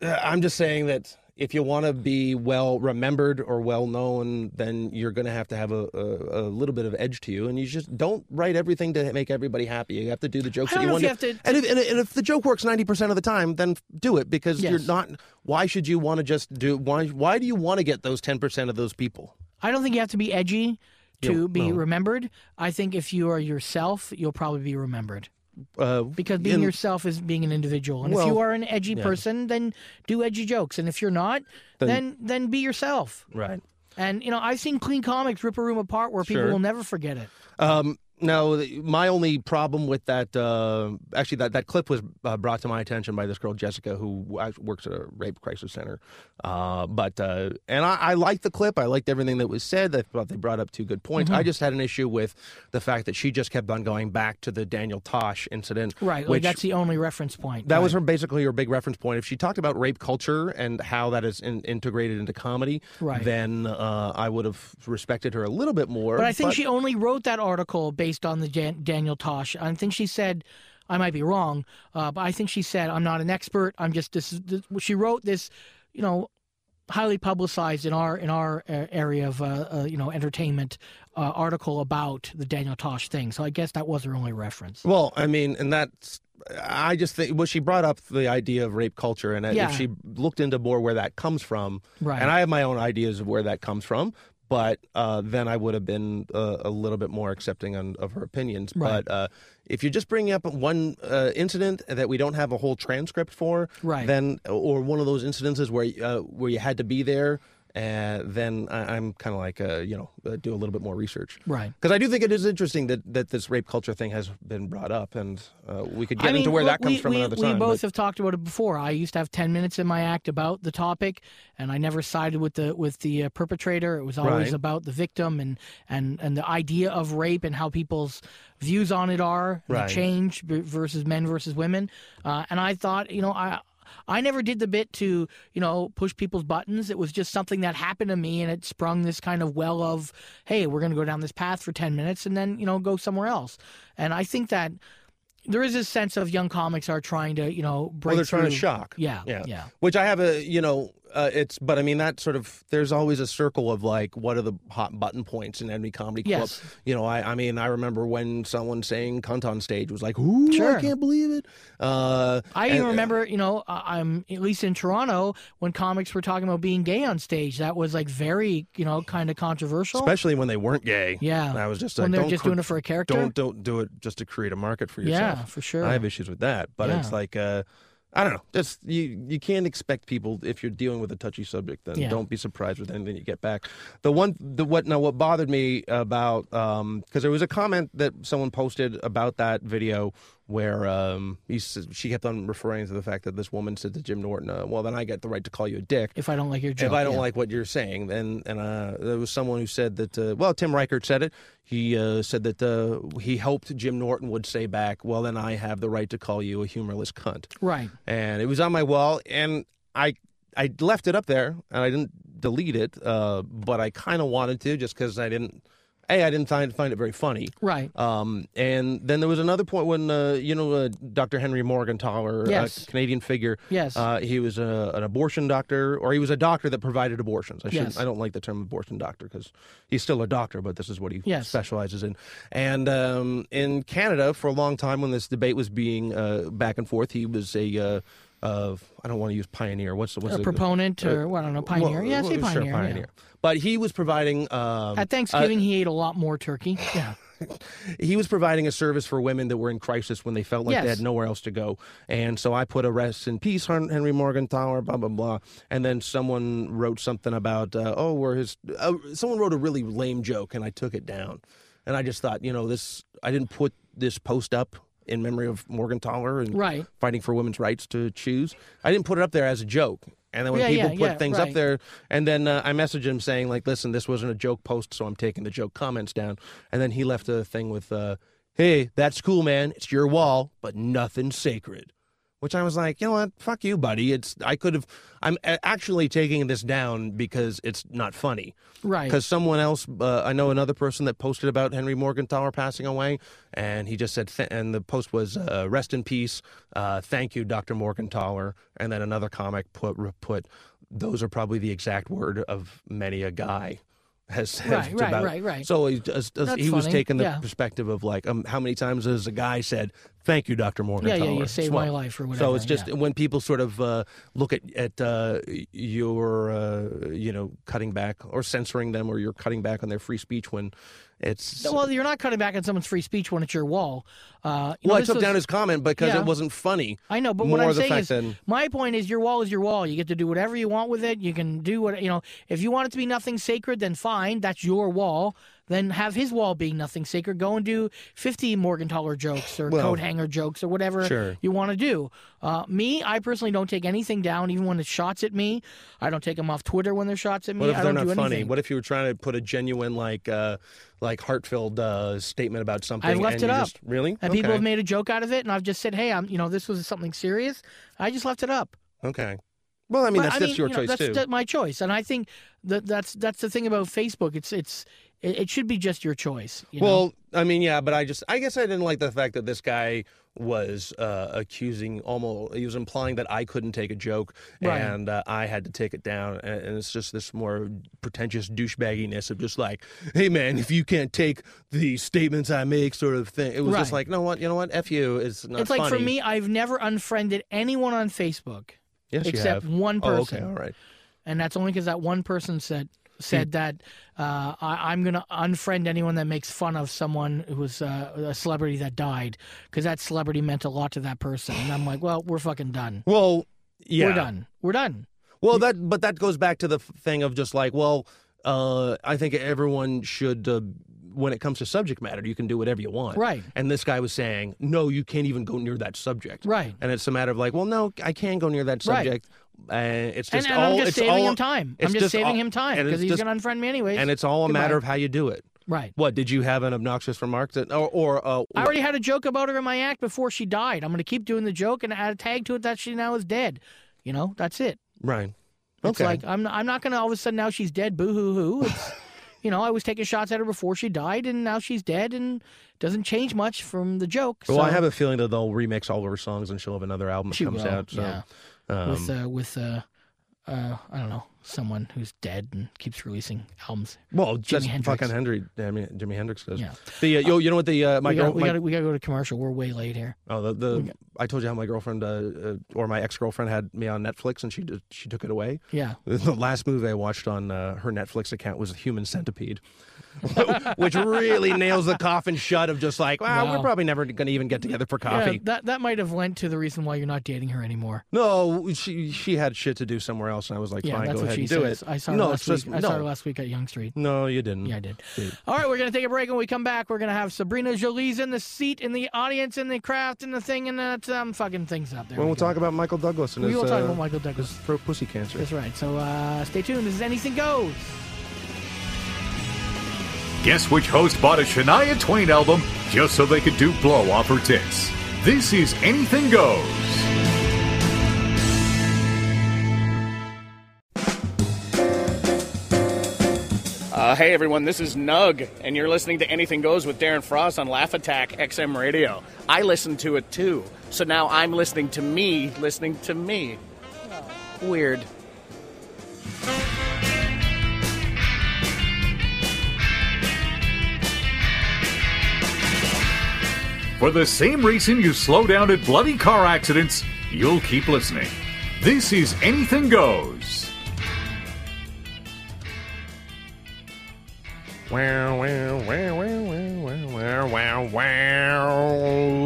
Speaker 3: Uh, I'm just saying that if you want to be well remembered or well known, then you're going to have to have a, a, a little bit of edge to you. And you just don't write everything to make everybody happy. You have to do the jokes
Speaker 4: I
Speaker 3: that you
Speaker 4: don't know
Speaker 3: want
Speaker 4: if you have to-
Speaker 3: And if, and, and if the joke works 90% of the time, then f- do it because you're
Speaker 4: Yes.
Speaker 3: not. Why should you want to just do? Why, why do you want to get those 10% of those people?
Speaker 4: I don't think you have to be edgy to
Speaker 3: You-
Speaker 4: be
Speaker 3: no.
Speaker 4: remembered. I think if you are yourself, you'll probably be remembered.
Speaker 3: Uh,
Speaker 4: Because being
Speaker 3: in-
Speaker 4: yourself is being an individual. And if you
Speaker 3: Well,
Speaker 4: are an edgy person, then do edgy jokes. And if you're not, then then, be yourself.
Speaker 3: Right.
Speaker 4: And you know, I've seen clean comics rip a room apart where people
Speaker 3: Sure.
Speaker 4: will never forget it.
Speaker 3: Um, no, th- my only problem with that, uh, actually, that, that clip was uh, brought to my attention by this girl Jessica, who w- act- works at a rape crisis center. Uh, but uh, and I, I liked the clip. I liked everything that was said. I thought they brought up two good
Speaker 4: Mm-hmm.
Speaker 3: points. I just had an issue with the fact that she just kept on going back to the Daniel Tosh incident,
Speaker 4: Right. Like
Speaker 3: Which
Speaker 4: that's the only reference point.
Speaker 3: that
Speaker 4: right.
Speaker 3: was her basically her big reference point. If she talked about rape culture and how that is in, integrated into comedy,
Speaker 4: Right.
Speaker 3: then uh, I would have respected her a little bit more.
Speaker 4: But I think she only wrote that article based on the Jan- Daniel Tosh. I think she said, I might be wrong, uh, but I think she said, I'm not an expert. I'm just this. this she wrote this, you know, highly publicized in our in our uh, area of uh, uh, you know entertainment uh, article about the Daniel Tosh thing. So I guess that was her only reference.
Speaker 3: Well, I mean, and that's. I just think well, she brought up the idea of rape culture, and uh,
Speaker 4: Yeah.
Speaker 3: if she looked into more where that comes from,
Speaker 4: Right.
Speaker 3: and I have my own ideas of where that comes from, but uh, then I would have been uh, a little bit more accepting on, of her opinions.
Speaker 4: Right.
Speaker 3: But uh, if you're just bringing up one uh, incident that we don't have a whole transcript for,
Speaker 4: Right.
Speaker 3: then or one of those incidences where uh, where you had to be there. Uh, then I, I'm kind of like, uh, you know, uh, do a little bit more research.
Speaker 4: Right.
Speaker 3: Because I do think it is interesting that, that this rape culture thing has been brought up, and uh, we could get
Speaker 4: I mean,
Speaker 3: into where
Speaker 4: look,
Speaker 3: that comes
Speaker 4: we,
Speaker 3: from
Speaker 4: we,
Speaker 3: another
Speaker 4: we
Speaker 3: time.
Speaker 4: both
Speaker 3: but-
Speaker 4: have talked about it before. I used to have ten minutes in my act about the topic, and I never sided with the with the uh, perpetrator. It was always
Speaker 3: Right.
Speaker 4: about the victim and and and the idea of rape and how people's views on it are and the
Speaker 3: Right.
Speaker 4: change v- versus men versus women. Uh, and I thought, you know, I. I never did the bit to, you know, push people's buttons. It was just something that happened to me and it sprung this kind of well of, hey, we're going to go down this path for 10 minutes and then, you know, go somewhere else. And I think that there is a sense of young comics are trying to, you know, break
Speaker 3: Well, they're trying to
Speaker 4: through.
Speaker 3: shock.
Speaker 4: Yeah,
Speaker 3: yeah,
Speaker 4: yeah.
Speaker 3: Which I have a, you know, uh, it's. But I mean, that sort of. There's always a circle of like, what are the hot button points in any comedy club?
Speaker 4: Yes.
Speaker 3: You know, I, I mean, I remember when someone saying cunt on stage was like, ooh,
Speaker 4: Sure.
Speaker 3: I can't believe it. Uh,
Speaker 4: I even
Speaker 3: and-
Speaker 4: remember, you know, I- I'm at least in Toronto when comics were talking about being gay on stage. That was like very, you know, kind of controversial.
Speaker 3: especially when they weren't gay.
Speaker 4: Yeah.
Speaker 3: I was just
Speaker 4: When
Speaker 3: like,
Speaker 4: they're
Speaker 3: don't
Speaker 4: just
Speaker 3: cr-
Speaker 4: doing it for a character?
Speaker 3: Don't don't do it just to create a market for
Speaker 4: Yeah,
Speaker 3: yourself.
Speaker 4: for sure.
Speaker 3: I have issues with that, but
Speaker 4: Yeah.
Speaker 3: it's like uh, I don't know. Just you you can't expect people if you're dealing with a touchy subject. Then
Speaker 4: Yeah.
Speaker 3: don't be surprised with anything you get back. The one the what now what bothered me about because there was a comment that someone posted about that video. Where um, he, s- she kept on referring to the fact that this woman said to Jim Norton, uh, "Well, then I get the right to call you a dick."
Speaker 4: if I don't like your joke,
Speaker 3: if I don't
Speaker 4: yeah.
Speaker 3: like what you're saying, then and uh, there was someone who said that. Uh, well, Tim Reichert said it. He uh, said that uh, he hoped Jim Norton would say back, "Well, then I have the right to call you a humorless cunt."
Speaker 4: right,
Speaker 3: And it was on my wall, and I I left it up there, and I didn't delete it, uh, but I kind of wanted to just because I didn't. A, I didn't find find it very funny.
Speaker 4: right.
Speaker 3: Um, and then there was another point when uh, you know uh, Dr. Henry Morgenthaler,
Speaker 4: Yes.
Speaker 3: a Canadian figure.
Speaker 4: Yes.
Speaker 3: uh, he was a, an abortion doctor, or he was a doctor that provided abortions. I should
Speaker 4: Yes.
Speaker 3: I don't like the term abortion doctor because he's still a doctor, but this is what he
Speaker 4: Yes.
Speaker 3: specializes in. And um, in Canada, for a long time, when this debate was being uh, back and forth, he was a uh, of I don't want to use pioneer. What's the what's
Speaker 4: A
Speaker 3: the
Speaker 4: proponent or, well, I don't know, pioneer.
Speaker 3: uh, Well,
Speaker 4: Yeah,
Speaker 3: well,
Speaker 4: say
Speaker 3: sure,
Speaker 4: pioneer, yeah.
Speaker 3: But he was providing um,
Speaker 4: At Thanksgiving, he ate a lot more turkey. [laughs] Yeah.
Speaker 3: he was providing a service for women that were in crisis when they felt like they
Speaker 4: Yes.
Speaker 3: had nowhere else to go. And so I put a rest in peace, Hen- Henry Morgenthau, blah blah blah. And then someone wrote something about uh, oh, where his uh, someone wrote a really lame joke, and I took it down. And I just thought, you know, this I didn't put this post up in memory of Morgenthaler and
Speaker 4: Right.
Speaker 3: fighting for women's rights to choose. I didn't put it up there as a joke. And then when
Speaker 4: Yeah,
Speaker 3: people
Speaker 4: yeah,
Speaker 3: put
Speaker 4: yeah,
Speaker 3: things up
Speaker 4: right.
Speaker 3: there, and then uh, I messaged him saying like, "Listen, this wasn't a joke post, so I'm taking the joke comments down." And then he left a thing with, uh, "Hey, that's cool, man. It's your wall, but nothing sacred." Which I was like, you know what? Fuck you, buddy. It's I could have. I'm a- actually taking this down because it's not funny.
Speaker 4: Right.
Speaker 3: Because someone else, uh, I know another person that posted about Henry Morgenthaler passing away, and he just said, th- and the post was, uh, "Rest in peace. Uh, thank you, Dr. Morgenthaler." And then another comic put re- put, "Those are probably the exact word of many a guy." Has said
Speaker 4: Right, right,
Speaker 3: about.
Speaker 4: right, right.
Speaker 3: So he, just, he
Speaker 4: That's
Speaker 3: was
Speaker 4: funny,
Speaker 3: taking the
Speaker 4: yeah.
Speaker 3: perspective of like, um, how many times has a guy said, "Thank you, Dr. Morgenthaler"?
Speaker 4: Yeah, yeah, you
Speaker 3: as
Speaker 4: saved
Speaker 3: well.
Speaker 4: my life or
Speaker 3: So
Speaker 4: whatever,
Speaker 3: it's just
Speaker 4: yeah.
Speaker 3: when people sort of uh, look at at uh, your uh, you know cutting back or censoring them or you're cutting back on their free speech when it's
Speaker 4: Well, you're not cutting back on someone's free speech when it's your wall. Uh, you know,
Speaker 3: well, I
Speaker 4: this
Speaker 3: took
Speaker 4: was-
Speaker 3: down his comment because
Speaker 4: Yeah.
Speaker 3: it wasn't funny.
Speaker 4: I know, but
Speaker 3: more
Speaker 4: what I'm
Speaker 3: of the
Speaker 4: saying
Speaker 3: fact
Speaker 4: is,
Speaker 3: that
Speaker 4: my point is, your wall is your wall. You get to do whatever you want with it. You can do what you know. If you want it to be nothing sacred, then fine. That's your wall. Then have his wall being nothing sacred. Go and do 50 Morgenthaler jokes or coat hanger jokes or whatever
Speaker 3: Sure.
Speaker 4: you want to do. Uh, me, I personally don't take anything down, even when it's shots at me. I don't take them off Twitter when they're shots at me.
Speaker 3: what if
Speaker 4: I
Speaker 3: they're
Speaker 4: don't
Speaker 3: not
Speaker 4: do
Speaker 3: funny?
Speaker 4: anything.
Speaker 3: What if you were trying to put a genuine like uh, like heartfelt uh, statement about something?
Speaker 4: I've left
Speaker 3: and
Speaker 4: it
Speaker 3: you
Speaker 4: up.
Speaker 3: just- really?
Speaker 4: And people
Speaker 3: Okay.
Speaker 4: have made a joke out of it, and I've just said, "Hey, I'm, you know, this was something serious." I just left it up.
Speaker 3: okay. Well, I mean
Speaker 4: But,
Speaker 3: that's, that's your
Speaker 4: you know,
Speaker 3: choice
Speaker 4: that's
Speaker 3: too.
Speaker 4: that- my choice, and I think that that's that's the thing about Facebook. It's it's it, it should be just your choice. you know?
Speaker 3: Well, I mean, yeah, but I just, I guess I didn't like the fact that this guy was uh, accusing almost, he was implying that I couldn't take a joke
Speaker 4: Right.
Speaker 3: and uh, I had to take it down. And, and it's just this more pretentious douchebagginess of just like, hey, man, if you can't take the statements I make, sort of thing. It was just
Speaker 4: Right.
Speaker 3: like, no, what, you know what? F you. It's not
Speaker 4: it's like for
Speaker 3: funny."
Speaker 4: me, I've never unfriended anyone on Facebook,
Speaker 3: yes, you
Speaker 4: except
Speaker 3: have.
Speaker 4: one
Speaker 3: Oh, okay,
Speaker 4: person.
Speaker 3: all right. Hmm.
Speaker 4: and that's only because that one person said said that uh, I, I'm going to unfriend anyone that makes fun of someone who was uh, a celebrity that died because that celebrity meant a lot to that person. And I'm like, well, we're fucking done.
Speaker 3: Well, yeah.
Speaker 4: We're done. We're done.
Speaker 3: Well, that but that goes back to the f- thing of just like, well, uh, I think everyone should. Uh, when it comes to subject matter, you can do whatever you want.
Speaker 4: Right.
Speaker 3: And this guy was saying, no, you can't even go near that subject.
Speaker 4: Right.
Speaker 3: And it's a matter of like, well, no, I can go near that
Speaker 4: Right.
Speaker 3: subject. And it's
Speaker 4: And,
Speaker 3: just
Speaker 4: and
Speaker 3: all.
Speaker 4: I'm just
Speaker 3: it's
Speaker 4: saving
Speaker 3: all-
Speaker 4: him time.
Speaker 3: it's
Speaker 4: I'm just, saving
Speaker 3: all-
Speaker 4: him time
Speaker 3: and
Speaker 4: because
Speaker 3: it's
Speaker 4: he's
Speaker 3: just-
Speaker 4: going to unfriend me anyways.
Speaker 3: And it's all a matter
Speaker 4: Goodbye.
Speaker 3: of how you do it.
Speaker 4: right.
Speaker 3: What did you have an obnoxious remark that, or or uh,
Speaker 4: I already had a joke about her in my act before she died. I'm going to keep doing the joke and add a tag to it that she now is dead. You know, that's it.
Speaker 3: Ryan?
Speaker 4: It's
Speaker 3: Okay.
Speaker 4: like I'm I'm not going to all of a sudden now she's dead. Boo hoo hoo.
Speaker 3: [laughs]
Speaker 4: It's you know I was taking shots at her before she died and now she's dead and doesn't change much from the joke.
Speaker 3: well,
Speaker 4: so,
Speaker 3: I have a feeling that they'll remix all of her songs and she'll have another album that
Speaker 4: She
Speaker 3: comes
Speaker 4: will,
Speaker 3: out. So.
Speaker 4: yeah. with
Speaker 3: um,
Speaker 4: uh, with uh, uh, I don't know someone who's dead and keeps releasing albums.
Speaker 3: Well, that's
Speaker 4: Hendrix.
Speaker 3: fucking Henry. I mean, Jimi Hendrix does.
Speaker 4: Yeah.
Speaker 3: The uh, you, you know what the uh, my
Speaker 4: we got
Speaker 3: girl,
Speaker 4: we
Speaker 3: my-
Speaker 4: got we got to go to commercial. We're way late here.
Speaker 3: oh the, the I told you how my girlfriend uh, uh, or my ex girlfriend had me on Netflix and she did, she took it away.
Speaker 4: Yeah.
Speaker 3: The last movie I watched on uh, her Netflix account was Human Centipede, [laughs] which really nails the coffin shut of just like, wow, we're
Speaker 4: Wow.
Speaker 3: probably never going to even get together for
Speaker 4: Yeah,
Speaker 3: coffee.
Speaker 4: that that might have lent to the reason why you're not dating her anymore.
Speaker 3: no, she she had shit to do somewhere else, and I was like,
Speaker 4: Yeah,
Speaker 3: fine,
Speaker 4: that's
Speaker 3: go
Speaker 4: what
Speaker 3: ahead
Speaker 4: she
Speaker 3: and do
Speaker 4: says.
Speaker 3: it.
Speaker 4: I saw her
Speaker 3: no,
Speaker 4: last
Speaker 3: it's just-
Speaker 4: week. I
Speaker 3: no,
Speaker 4: saw her last week at Young Street.
Speaker 3: no, you didn't.
Speaker 4: Yeah, I did. All right, we're gonna take a break. When we come back, we're gonna have Sabrina Jolie's in the seat, in the audience, in the craft, in the thing, and that's um fucking things up there.
Speaker 3: Well,
Speaker 4: we
Speaker 3: we'll
Speaker 4: go.
Speaker 3: talk about Michael Douglas and
Speaker 4: We
Speaker 3: his,
Speaker 4: will talk
Speaker 3: uh,
Speaker 4: about Michael Douglas.
Speaker 3: his throat pussy cancer.
Speaker 4: That's right. So uh, stay tuned. This is Anything Goes.
Speaker 1: Guess which host bought a Shania Twain album just so they could do blow off her tits? This is Anything Goes.
Speaker 8: Uh, hey everyone, this is Nug, and you're listening to Anything Goes with Darren Frost on Laugh Attack XM Radio. I listen to it too, so now I'm listening to me listening to me. Weird.
Speaker 1: For the same reason you slow down at bloody car accidents, you'll keep listening. This is Anything Goes.
Speaker 3: Wow, wow, wow, wow, wow, wow, wow, wow,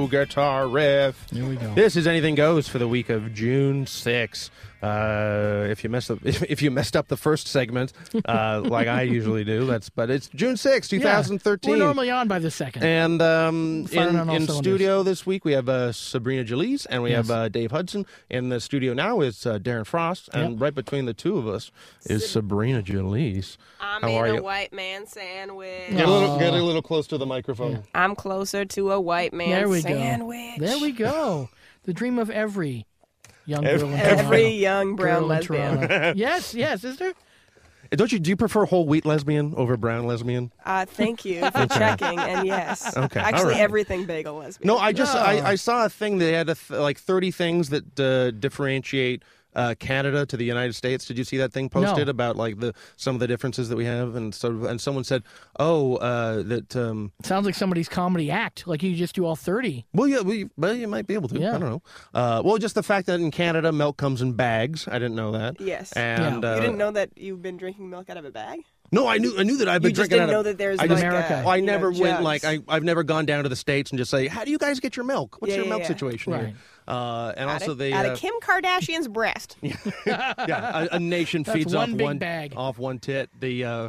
Speaker 3: wow. Guitar riff.
Speaker 4: Here we go.
Speaker 3: This is anything goes for the week of June 6th. Uh, if you messed up, [laughs] if, you messed up the first segment,
Speaker 4: [laughs]
Speaker 3: uh, like I usually do, that's but it's June 6th,
Speaker 4: Yeah.
Speaker 3: 2013.
Speaker 4: We're normally on by the second.
Speaker 3: and um,
Speaker 4: Firing
Speaker 3: in,
Speaker 4: on all
Speaker 3: in
Speaker 4: cylinders.
Speaker 3: studio this week we have uh, Sabrina Jalise and we have
Speaker 4: Yes.
Speaker 3: uh, Dave Hudson. In the studio now is uh, Darren Frost, and right between the two of us is Sabrina Jalise.
Speaker 9: I'm
Speaker 3: How
Speaker 9: in
Speaker 3: are
Speaker 9: a
Speaker 3: you?
Speaker 9: white man sandwich.
Speaker 3: Get a little, get a little close to the microphone.
Speaker 9: I'm closer to a white man
Speaker 4: there we
Speaker 9: sandwich.
Speaker 4: go. There we go. The dream of every young girl in
Speaker 9: [laughs] Every
Speaker 4: Toronto.
Speaker 9: young
Speaker 4: Girl
Speaker 9: brown
Speaker 4: in
Speaker 9: lesbian.
Speaker 4: [laughs] Toronto. yes, yes, is there?
Speaker 3: Don't you do you prefer whole wheat lesbian over brown lesbian?
Speaker 9: Uh,
Speaker 4: [laughs]
Speaker 9: thank you for checking. And
Speaker 3: [laughs]
Speaker 9: yes,
Speaker 3: Okay, all
Speaker 9: actually,
Speaker 3: right.
Speaker 9: everything bagel lesbian.
Speaker 3: No, I just I, I saw a thing that had a th- like thirty things that uh, differentiate uh, Canada to the United States. Did you see that thing posted
Speaker 4: No.
Speaker 3: about like the some of the differences that we have? And so and someone said, oh, uh, that um,
Speaker 4: Sounds like somebody's comedy act. Like you just do all thirty.
Speaker 3: well yeah, well you, well you might be able to.
Speaker 4: Yeah.
Speaker 3: I don't know. Uh, well, just the fact that in Canada milk comes in bags. I didn't know that.
Speaker 9: Yes.
Speaker 3: And
Speaker 4: Yeah.
Speaker 3: uh,
Speaker 9: you didn't know that you've been drinking milk out of a bag?
Speaker 3: No, I knew I knew that I've been
Speaker 9: you just
Speaker 3: drinking
Speaker 9: didn't
Speaker 3: out
Speaker 9: know
Speaker 3: of.
Speaker 9: that there's
Speaker 3: I
Speaker 9: like
Speaker 3: just-
Speaker 9: a,
Speaker 4: America.
Speaker 3: I
Speaker 9: you know,
Speaker 3: never went
Speaker 9: jugs.
Speaker 3: like I, I've never gone down to the states and just say, "How do you guys get your milk? What's
Speaker 9: Yeah,
Speaker 3: your
Speaker 9: yeah,
Speaker 3: milk
Speaker 9: yeah.
Speaker 3: situation here?"
Speaker 4: Right.
Speaker 3: Uh, and
Speaker 9: out
Speaker 3: also
Speaker 9: of,
Speaker 3: they
Speaker 9: out of
Speaker 3: uh,
Speaker 9: Kim
Speaker 3: [laughs]
Speaker 9: Kardashian's breast.
Speaker 3: yeah, a, a
Speaker 9: [laughs]
Speaker 3: nation
Speaker 4: That's
Speaker 3: feeds
Speaker 4: one
Speaker 3: off
Speaker 4: big
Speaker 3: one
Speaker 4: bag.
Speaker 3: off one tit. The uh,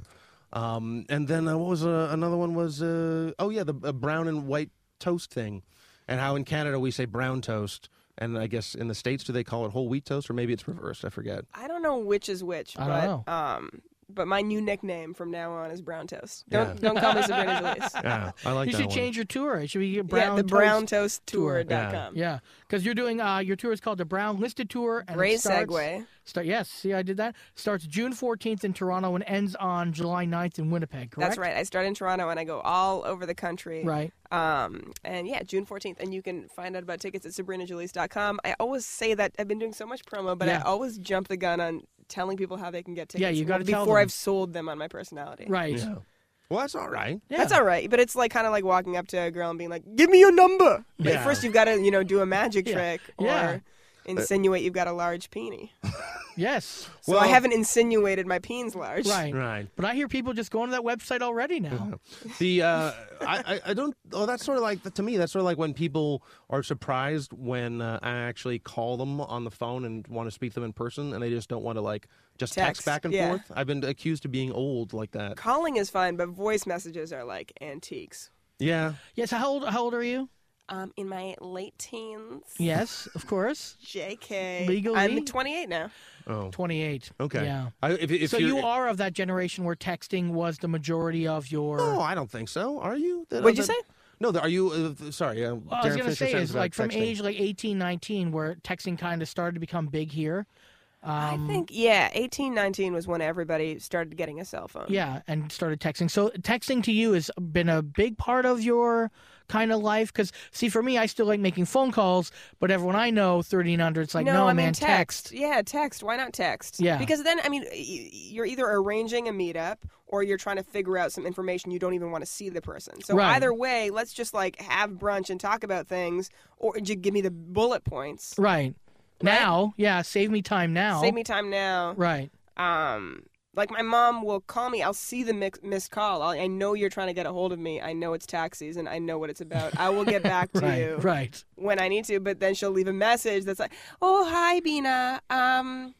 Speaker 3: um, and then uh, what was uh, another one was uh, oh yeah, the uh, brown and white toast thing, and how in Canada we say brown toast, and I guess in the states do they call it whole wheat toast or maybe it's reversed? I forget.
Speaker 9: I don't know which is which,
Speaker 4: I
Speaker 9: but
Speaker 4: don't
Speaker 9: um, but my new nickname from now on is brown toast. Don't don't call me Sabrina
Speaker 3: [laughs]
Speaker 9: Jalise.
Speaker 3: Yeah, I
Speaker 9: [laughs]
Speaker 3: like
Speaker 4: you
Speaker 3: that
Speaker 4: should
Speaker 3: one.
Speaker 4: change your tour. It should be
Speaker 9: yeah,
Speaker 4: brown.
Speaker 9: the
Speaker 4: toast.
Speaker 9: brown toast
Speaker 4: Tour.
Speaker 9: tour.com.
Speaker 4: Yeah, because you're doing uh, your tour is called the Brown Listed Tour. And it
Speaker 9: Great
Speaker 4: starts-
Speaker 9: segue.
Speaker 4: Start yes. See, I did that. Starts June 14th in Toronto and ends on July 9th in Winnipeg. Correct.
Speaker 9: That's right. I start in Toronto and I go all over the country.
Speaker 4: Right.
Speaker 9: Um, and yeah, June 14th. And you can find out about tickets at sabrinajulise.com. I always say that I've been doing so much promo, but
Speaker 4: Yeah.
Speaker 9: I always jump the gun on telling people how they can get tickets.
Speaker 4: Yeah, you gotta tell
Speaker 9: before
Speaker 4: them.
Speaker 9: I've sold them on my personality.
Speaker 4: Right.
Speaker 3: Well, that's all right.
Speaker 4: Yeah.
Speaker 9: That's all right, but it's like kind of like walking up to a girl and being like, "Give me your number." But
Speaker 3: Yeah.
Speaker 9: first, you've got to you know do a magic
Speaker 4: Yeah.
Speaker 9: trick or
Speaker 4: Yeah.
Speaker 9: insinuate you've got a large peenie. [laughs]
Speaker 4: Yes.
Speaker 9: So I haven't insinuated my peen's large.
Speaker 4: Right.
Speaker 3: Right.
Speaker 4: But I hear people just going to that website already now.
Speaker 3: The uh, I, I I don't. Oh, that's sort of like to me. That's sort of like when people are surprised when uh, I actually call them on the phone and want to speak to them in person, and they just don't want to like just text,
Speaker 9: Text,
Speaker 3: back and
Speaker 9: yeah.
Speaker 3: forth. I've been accused of being old like that.
Speaker 9: Calling is fine, but voice messages are like antiques.
Speaker 3: Yeah.
Speaker 4: Yes. How old? How old are you?
Speaker 9: Um, in my late teens.
Speaker 4: Yes, of course.
Speaker 9: JK.
Speaker 4: Legally?
Speaker 9: I'm 28 now.
Speaker 3: Oh.
Speaker 4: 28.
Speaker 3: Okay.
Speaker 4: Yeah.
Speaker 3: I, if, if
Speaker 4: so
Speaker 3: you're-
Speaker 4: you are of that generation where texting was the majority of your.
Speaker 9: Oh,
Speaker 3: No, I don't think so. Are you? That-
Speaker 9: What'd you
Speaker 3: that-
Speaker 9: say?
Speaker 3: No, that- are you? Uh, th- sorry, uh,
Speaker 4: Well, I was
Speaker 3: Darren
Speaker 4: gonna
Speaker 3: Fisher
Speaker 4: say
Speaker 3: says
Speaker 4: is
Speaker 3: about
Speaker 4: like from
Speaker 3: texting.
Speaker 4: age like 18, 19, where texting kind of started to become big here. Um,
Speaker 9: I think, yeah, 18, 19 was when everybody started getting a cell phone.
Speaker 4: Yeah, and started texting. So texting to you has been a big part of your kind of life. Because see, for me, I still like making phone calls, but everyone I know, thirty and under, it's like, no,
Speaker 9: I
Speaker 4: man,
Speaker 9: mean text. Yeah, text. Why not text?
Speaker 4: Yeah.
Speaker 9: Because then, I mean, y- y- you're either arranging a meetup or you're trying to figure out some information you don't even want to see the person. So
Speaker 4: Right.
Speaker 9: either way, let's just like have brunch and talk about things, or just give me the bullet points.
Speaker 4: Right. Now, yeah, save me time now.
Speaker 9: Save me time now.
Speaker 4: Right.
Speaker 9: um like my mom will call me i'll see the mix, missed call I'll, i know you're trying to get a hold of me i know it's tax season i know what it's about i will get back [laughs] to
Speaker 4: [laughs] Right.
Speaker 9: you
Speaker 4: Right.
Speaker 9: when i need to but then she'll leave a message that's like oh hi bina um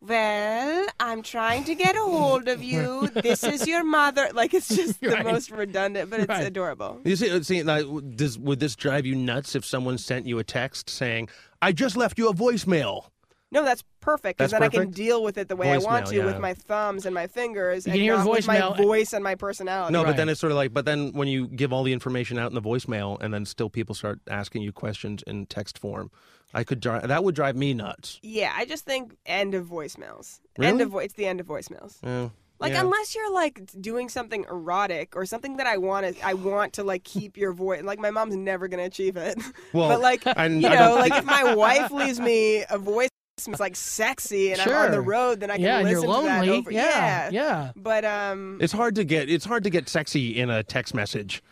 Speaker 9: well i'm trying to get a hold of you
Speaker 4: [laughs]
Speaker 9: this is your mother like it's just
Speaker 4: Right.
Speaker 9: the most redundant but it's
Speaker 4: Right.
Speaker 9: adorable
Speaker 3: You see, uh, see now, does, would this drive you nuts if someone sent you a text saying, "I just left you a voicemail"?
Speaker 9: no that's perfect because
Speaker 3: That's
Speaker 9: then i can
Speaker 3: perfect?
Speaker 9: deal with it the way i want
Speaker 3: Voicemail,
Speaker 9: to
Speaker 3: yeah.
Speaker 9: with my thumbs and my fingers
Speaker 4: You
Speaker 9: and
Speaker 4: can hear
Speaker 9: not with
Speaker 4: voicemail- eh,
Speaker 9: my voice and my personality
Speaker 3: No,
Speaker 4: Right.
Speaker 3: but then it's sort of like, but then when you give all the information out in the voicemail, and then still people start asking you questions in text form, I could drive that would drive me nuts.
Speaker 9: Yeah, I just think end of voicemails. End
Speaker 3: Really?
Speaker 9: of vo- it's the end of voicemails.
Speaker 3: Yeah.
Speaker 9: Like
Speaker 3: Yeah.
Speaker 9: unless you're like doing something erotic or something that I want to, I want to like keep your voice. Like my mom's never gonna achieve it. [laughs]
Speaker 3: Well,
Speaker 9: but like
Speaker 3: [laughs] and
Speaker 9: you
Speaker 3: I don't
Speaker 9: know, like
Speaker 3: thi-
Speaker 9: if my wife leaves me a voice that's like sexy and I'm on
Speaker 4: Sure.
Speaker 9: the road, then I can
Speaker 4: yeah, and
Speaker 9: listen
Speaker 4: you're
Speaker 9: to
Speaker 4: lonely.
Speaker 9: that over.
Speaker 4: yeah.
Speaker 9: yeah. But um,
Speaker 3: it's hard to get it's hard to get sexy in a text message.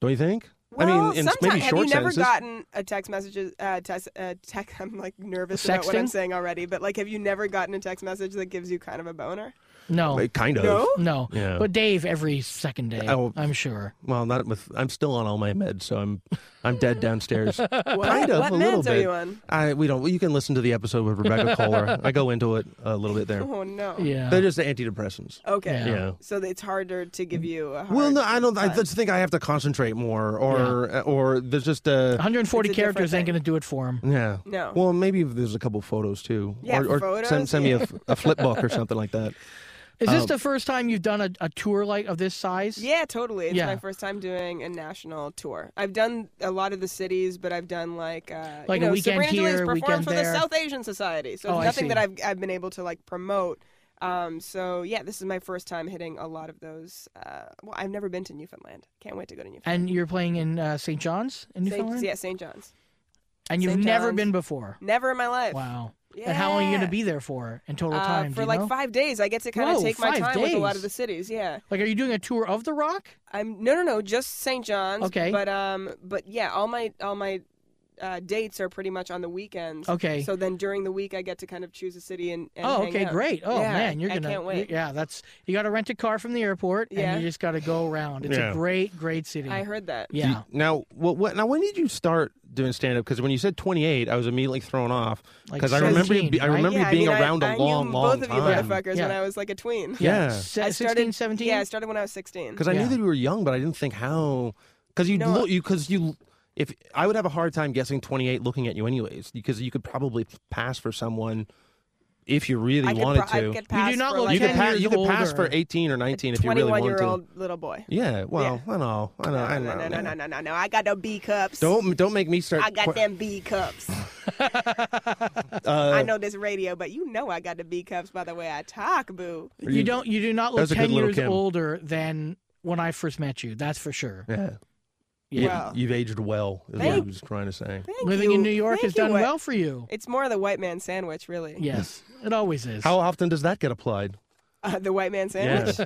Speaker 3: Don't you think?
Speaker 9: Well,
Speaker 3: I mean, in s- maybe
Speaker 9: sometime- have
Speaker 3: short
Speaker 9: you never
Speaker 3: sentences.
Speaker 9: gotten a text message? Uh, text, uh, text. [laughs] I'm like nervous about what I'm
Speaker 3: Sexting?
Speaker 9: saying already, but like, have you never gotten a text message that gives you kind of a boner?
Speaker 4: No.
Speaker 3: Uh, Kind of.
Speaker 9: No?
Speaker 4: No.
Speaker 3: Yeah.
Speaker 4: But Dave every second day.
Speaker 3: Oh.
Speaker 4: I'm sure.
Speaker 3: Well, not with. I'm still on all my meds, so I'm, I'm dead downstairs.
Speaker 9: What-
Speaker 3: kind of
Speaker 9: [laughs] what
Speaker 3: a little
Speaker 9: meds are
Speaker 3: bit.
Speaker 9: you on?
Speaker 3: I we don't. You can listen to the episode with Rebecca Kohler. I go into it a little bit there.
Speaker 9: [laughs] Oh no.
Speaker 3: They're just antidepressants.
Speaker 9: Okay.
Speaker 3: Yeah. Yeah.
Speaker 9: So it's harder to give you a hard
Speaker 3: Well, no, I don't. I just think I have to concentrate more, or uh, or there's just a
Speaker 4: 140
Speaker 9: It's a different
Speaker 4: characters ain't going to do it for him.
Speaker 3: Yeah.
Speaker 9: No.
Speaker 3: Well, maybe if there's a couple photos too.
Speaker 4: Yeah,
Speaker 3: or, or
Speaker 4: photos,
Speaker 3: Send, send me a,
Speaker 9: [laughs]
Speaker 4: yeah.
Speaker 3: f- a flip book or something like that.
Speaker 4: Is this
Speaker 3: Um,
Speaker 4: the first time you've done a, a tour like of this size?
Speaker 9: Yeah, totally. It's
Speaker 4: Yeah.
Speaker 9: my first time doing a national tour. I've done a lot of the cities, but I've done like uh,
Speaker 4: Like
Speaker 9: you
Speaker 4: a
Speaker 9: know,
Speaker 4: weekend
Speaker 9: Sabrina Julie's
Speaker 4: here,
Speaker 9: performed
Speaker 4: weekend
Speaker 9: for
Speaker 4: there.
Speaker 9: the South Asian Society, so
Speaker 4: Oh, I
Speaker 9: it's nothing that
Speaker 4: see.
Speaker 9: I've I've been able to like promote. Um, so yeah, this is my first time hitting a lot of those. Uh, well, I've never been to Newfoundland. Can't wait to go to Newfoundland.
Speaker 4: And you're playing in uh, St. John's in
Speaker 9: Saint-
Speaker 4: Newfoundland?
Speaker 9: yeah, St. John's.
Speaker 4: And you've
Speaker 9: St.
Speaker 4: never
Speaker 9: John's.
Speaker 4: been before.
Speaker 9: Never in my life.
Speaker 4: Wow. And how long are you going
Speaker 9: Yeah.
Speaker 4: to be there for in total
Speaker 9: Uh,
Speaker 4: time? do
Speaker 9: for
Speaker 4: you
Speaker 9: like
Speaker 4: know?
Speaker 9: five days, I get to kind
Speaker 4: Whoa,
Speaker 9: of take my
Speaker 4: five
Speaker 9: time with a lot
Speaker 4: days.
Speaker 9: of the cities. Yeah.
Speaker 4: Like, are you doing a tour of the Rock?
Speaker 9: I'm no, no, no, just St. John's.
Speaker 4: Okay.
Speaker 9: But um, but yeah, all my all my uh, dates are pretty much on the weekends.
Speaker 4: Okay.
Speaker 9: So then during the week, I get to kind of choose a city and. and
Speaker 4: oh,
Speaker 9: hang
Speaker 4: okay,
Speaker 9: out.
Speaker 4: great. Oh
Speaker 9: Yeah,
Speaker 4: man, you're gonna.
Speaker 9: I can't wait.
Speaker 4: Yeah, that's you got to rent a car from the airport
Speaker 9: Yeah.
Speaker 4: and you just got to go around. It's
Speaker 3: Yeah.
Speaker 4: a great, great city.
Speaker 9: I heard that.
Speaker 3: Do you- now, what, what? Now, when did you start doing stand up? Because when you said 28, I was immediately thrown off.
Speaker 4: Like
Speaker 3: Because I remember you.
Speaker 4: 17,
Speaker 3: be- I
Speaker 4: right?
Speaker 3: remember
Speaker 9: yeah,
Speaker 3: you being
Speaker 9: I mean, I-
Speaker 3: around a
Speaker 9: I
Speaker 3: long,
Speaker 9: knew
Speaker 3: long
Speaker 9: both
Speaker 3: time.
Speaker 9: of you motherfuckers
Speaker 4: Yeah.
Speaker 9: when I was like a tween.
Speaker 3: Yeah. Yeah.
Speaker 4: Se-
Speaker 9: I
Speaker 4: 16,
Speaker 9: started
Speaker 4: 17?
Speaker 9: Yeah, I started when I was sixteen.
Speaker 3: Because I knew that you were young, but I didn't think how. Because you
Speaker 9: No,
Speaker 3: look. You because you. If I would have a hard time guessing 28 looking at you anyways, because you could probably pass for someone if you really
Speaker 9: I could
Speaker 3: wanted
Speaker 9: pro- I
Speaker 3: to.
Speaker 9: could pass
Speaker 4: do not
Speaker 9: for
Speaker 4: look
Speaker 9: like
Speaker 3: you could,
Speaker 9: a
Speaker 3: pa-
Speaker 4: years
Speaker 3: you could pass
Speaker 4: older.
Speaker 3: for 18 or 19 if you really wanted to.
Speaker 9: twenty-one-year-old little boy.
Speaker 3: Yeah, well, I know, I know, I know.
Speaker 9: No, no, no, no, no, no, no! I got no B cups.
Speaker 3: Don't don't make me start.
Speaker 9: I got
Speaker 3: que-
Speaker 9: them B
Speaker 4: [laughs]
Speaker 9: cups.
Speaker 3: Uh,
Speaker 9: I know this radio, but you know I got the B cups by the way I talk, boo.
Speaker 4: You don't. You do
Speaker 3: That
Speaker 4: not look
Speaker 3: was a good
Speaker 4: ten
Speaker 3: little
Speaker 4: years
Speaker 3: Kim.
Speaker 4: older than when I first met you. That's for sure.
Speaker 3: Yeah.
Speaker 4: Yeah.
Speaker 9: Wow.
Speaker 3: You've aged well, is what I
Speaker 9: Thank-
Speaker 3: was trying to say.
Speaker 9: Thank
Speaker 4: Living in New
Speaker 9: you.
Speaker 4: York
Speaker 9: Thank
Speaker 4: has
Speaker 9: you.
Speaker 4: done
Speaker 9: What-
Speaker 4: well for you.
Speaker 9: It's more of the white man sandwich, really.
Speaker 4: Yes, it always is.
Speaker 3: How often does that get applied?
Speaker 9: Uh, the white man sandwich.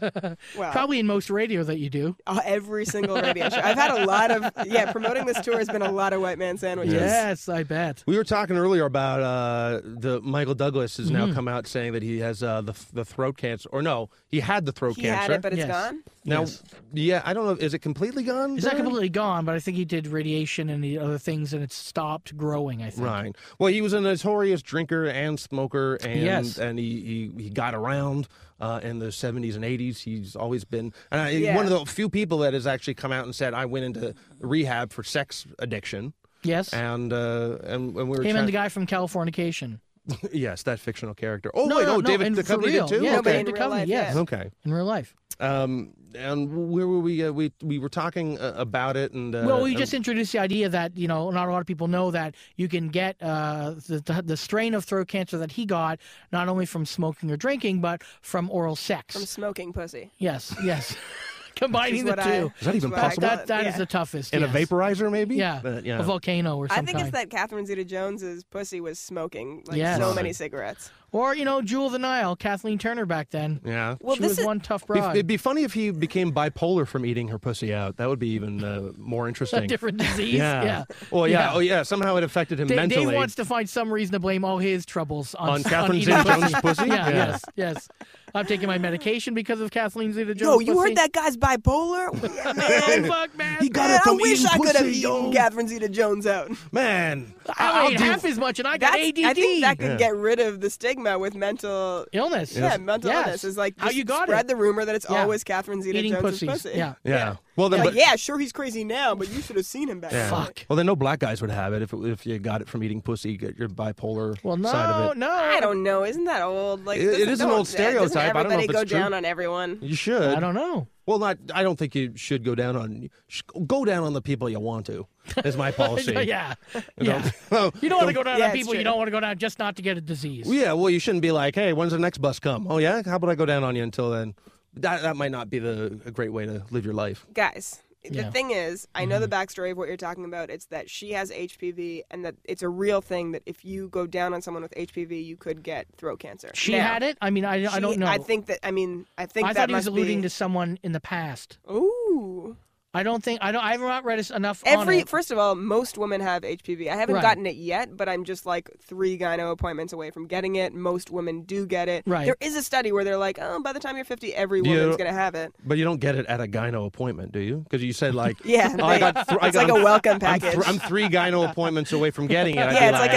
Speaker 9: Well,
Speaker 4: Probably in most radio that you do.
Speaker 9: uh, every single radio show. I've had a lot of yeah. Promoting this tour has been a lot of white man sandwiches.
Speaker 4: Yes, I bet.
Speaker 3: We were talking earlier about uh, the Michael Douglas has
Speaker 4: Mm-hmm.
Speaker 3: now come out saying that he has uh, the the throat cancer, or no, he had the throat
Speaker 9: He
Speaker 3: cancer.
Speaker 9: had it, but it's
Speaker 4: Yes.
Speaker 9: gone.
Speaker 3: now,
Speaker 4: Yes.
Speaker 3: yeah, I don't know. Is it completely gone?
Speaker 4: It's not
Speaker 3: Darren?
Speaker 4: completely gone, but I think he did radiation and the other things, and it stopped growing. I think.
Speaker 3: Right. Well, he was a notorious drinker and smoker, and
Speaker 4: Yes.
Speaker 3: and he, he he got around uh, in the seventies and eighties. He's always been and I,
Speaker 9: Yeah.
Speaker 3: one of the few people that has actually come out and said, "I went into rehab for sex addiction."
Speaker 4: Yes.
Speaker 3: And uh, and, and we were
Speaker 4: Him and the
Speaker 3: chat-
Speaker 4: guy from Californication.
Speaker 3: [laughs] yes, that fictional character. Oh
Speaker 4: No,
Speaker 3: wait,
Speaker 4: no,
Speaker 3: oh
Speaker 4: no,
Speaker 3: David
Speaker 4: and
Speaker 3: the
Speaker 4: for real.
Speaker 3: too.
Speaker 4: Yeah,
Speaker 3: okay.
Speaker 4: David
Speaker 9: In real
Speaker 4: Duchovny,
Speaker 9: life,
Speaker 4: yes.
Speaker 9: yes.
Speaker 3: okay.
Speaker 4: In real life.
Speaker 3: Um, and where were we? Uh, we we were talking uh, about it, and uh,
Speaker 4: well, we
Speaker 3: and-
Speaker 4: just introduced the idea that you know not a lot of people know that you can get uh, the, the the strain of throat cancer that he got not only from smoking or drinking, but from oral sex.
Speaker 9: From smoking pussy.
Speaker 4: Yes,
Speaker 9: [laughs]
Speaker 4: yes, [laughs] combining the
Speaker 9: Which is what I-
Speaker 4: two.
Speaker 3: is that even
Speaker 9: That's what I
Speaker 3: possible?
Speaker 9: got.
Speaker 4: That that is
Speaker 9: Yeah.
Speaker 4: the toughest.
Speaker 3: in
Speaker 4: yes.
Speaker 3: a vaporizer, maybe. Uh,
Speaker 4: Yeah,
Speaker 3: But, you
Speaker 4: a
Speaker 3: know.
Speaker 4: volcano or
Speaker 9: I
Speaker 4: something.
Speaker 9: think it's that Catherine Zeta-Jones's pussy was smoking like
Speaker 4: Yes.
Speaker 9: so
Speaker 4: Right.
Speaker 9: many cigarettes.
Speaker 4: Or you know, Jewel of the Nile, Kathleen Turner back then.
Speaker 3: yeah.
Speaker 9: Well,
Speaker 4: she
Speaker 9: this
Speaker 4: was
Speaker 9: is-
Speaker 4: one tough
Speaker 3: Be-
Speaker 4: broad.
Speaker 3: It'd be funny if he became bipolar from eating her pussy out. That would be even uh, more
Speaker 4: a
Speaker 3: interesting. [laughs]
Speaker 4: different disease.
Speaker 3: Yeah.
Speaker 4: yeah.
Speaker 3: Well, yeah.
Speaker 4: Yeah.
Speaker 3: Oh, yeah. Somehow it affected him
Speaker 4: Da- Dave,
Speaker 3: mentally.
Speaker 4: wants to find some reason to blame all his troubles on,
Speaker 3: On Catherine
Speaker 4: eating
Speaker 3: Zeta-Jones' pussy?
Speaker 4: [laughs] Yeah,
Speaker 3: Yeah.
Speaker 4: yes, yes. I'm taking my medication because of Kathleen Zeta-Jones.
Speaker 9: Yo, you
Speaker 4: pussy.
Speaker 9: heard that guy's bipolar?
Speaker 4: Oh,
Speaker 9: Man,
Speaker 4: fuck, man.
Speaker 3: He got
Speaker 9: man,
Speaker 3: it
Speaker 9: I
Speaker 3: from
Speaker 9: wish
Speaker 3: eating
Speaker 9: I could have
Speaker 3: pussy, yo.
Speaker 9: eaten Catherine Zeta-Jones out.
Speaker 3: Man,
Speaker 4: I
Speaker 3: I'll
Speaker 4: weighed
Speaker 3: do-
Speaker 4: half as much, and I got
Speaker 9: That's,
Speaker 4: ADD.
Speaker 9: I think that could
Speaker 3: Yeah.
Speaker 9: get rid of the stigma with mental
Speaker 4: illness.
Speaker 9: Yeah, mental
Speaker 4: Yes.
Speaker 9: illness is like
Speaker 4: how
Speaker 9: just
Speaker 4: you got
Speaker 9: spread
Speaker 4: it.
Speaker 9: the rumor that it's
Speaker 4: Yeah.
Speaker 9: always Catherine
Speaker 4: eating
Speaker 9: Zeta-Jones'
Speaker 4: pussies.
Speaker 9: pussy.
Speaker 4: Yeah.
Speaker 3: Yeah. Well, then, but,
Speaker 9: Like, yeah, sure, he's crazy now, but you should have seen him back.
Speaker 3: yeah.
Speaker 9: then.
Speaker 4: Fuck.
Speaker 3: Well, then no black guys would have it if, it, if you got it from eating pussy. Get your bipolar
Speaker 4: Well, no,
Speaker 3: side of it.
Speaker 4: no.
Speaker 9: I don't know. Isn't that old? Like
Speaker 3: It-
Speaker 9: doesn't-
Speaker 3: it is an
Speaker 9: don't-
Speaker 3: old
Speaker 9: doesn't
Speaker 3: stereotype. I don't know
Speaker 9: Everybody
Speaker 3: if
Speaker 9: go
Speaker 3: it's true.
Speaker 9: down on everyone.
Speaker 3: You should.
Speaker 4: I don't know.
Speaker 3: Well, not. I don't think you should go down on. sh- Go down on the people you want to. Is
Speaker 4: [laughs]
Speaker 3: my policy.
Speaker 4: yeah. [laughs]
Speaker 3: [laughs]
Speaker 4: Yeah.
Speaker 3: Oh,
Speaker 4: You don't want to go down
Speaker 9: Yeah,
Speaker 4: on
Speaker 9: it's
Speaker 4: people you
Speaker 9: true.
Speaker 4: don't want to go down just not to get a disease.
Speaker 3: Yeah, well, you shouldn't be like, hey, when's the next bus come? Oh, yeah? How about I go down on you until then? That, that might not be the a great way to live your life.
Speaker 9: Guys,
Speaker 4: Yeah.
Speaker 9: the thing is, I know
Speaker 3: Mm-hmm.
Speaker 9: the backstory of what you're talking about. It's that she has HPV, and that it's a real thing that if you go down on someone with HPV, you could get throat cancer.
Speaker 4: She
Speaker 9: Now,
Speaker 4: had it? I mean, I, I
Speaker 9: she-
Speaker 4: don't know.
Speaker 9: I think that. I mean, I think
Speaker 4: I
Speaker 9: that
Speaker 4: thought he was
Speaker 9: must
Speaker 4: alluding
Speaker 9: be,
Speaker 4: to someone in the past.
Speaker 9: Ooh.
Speaker 4: I I don't think I don't. I've not read us enough. on
Speaker 9: Every
Speaker 4: it.
Speaker 9: first of all, most women have HPV. I haven't
Speaker 4: Right.
Speaker 9: gotten it yet, but I'm just like three gyno appointments away from getting it. Most women do get it.
Speaker 3: Right.
Speaker 9: There is a study where they're like, oh, by the time you're 50, every
Speaker 3: Do you-
Speaker 9: woman's gonna have it.
Speaker 3: But you don't get it at a gyno appointment, do you? Because you said like,
Speaker 9: [laughs] Yeah,
Speaker 3: oh, [laughs] I
Speaker 9: they-
Speaker 3: got thr- I
Speaker 9: it's
Speaker 3: got-
Speaker 9: like a welcome
Speaker 3: I'm thr-
Speaker 9: package.
Speaker 3: I'm, three gyno appointments away
Speaker 9: [laughs]
Speaker 3: from getting it. I'd be
Speaker 9: yeah, it's like,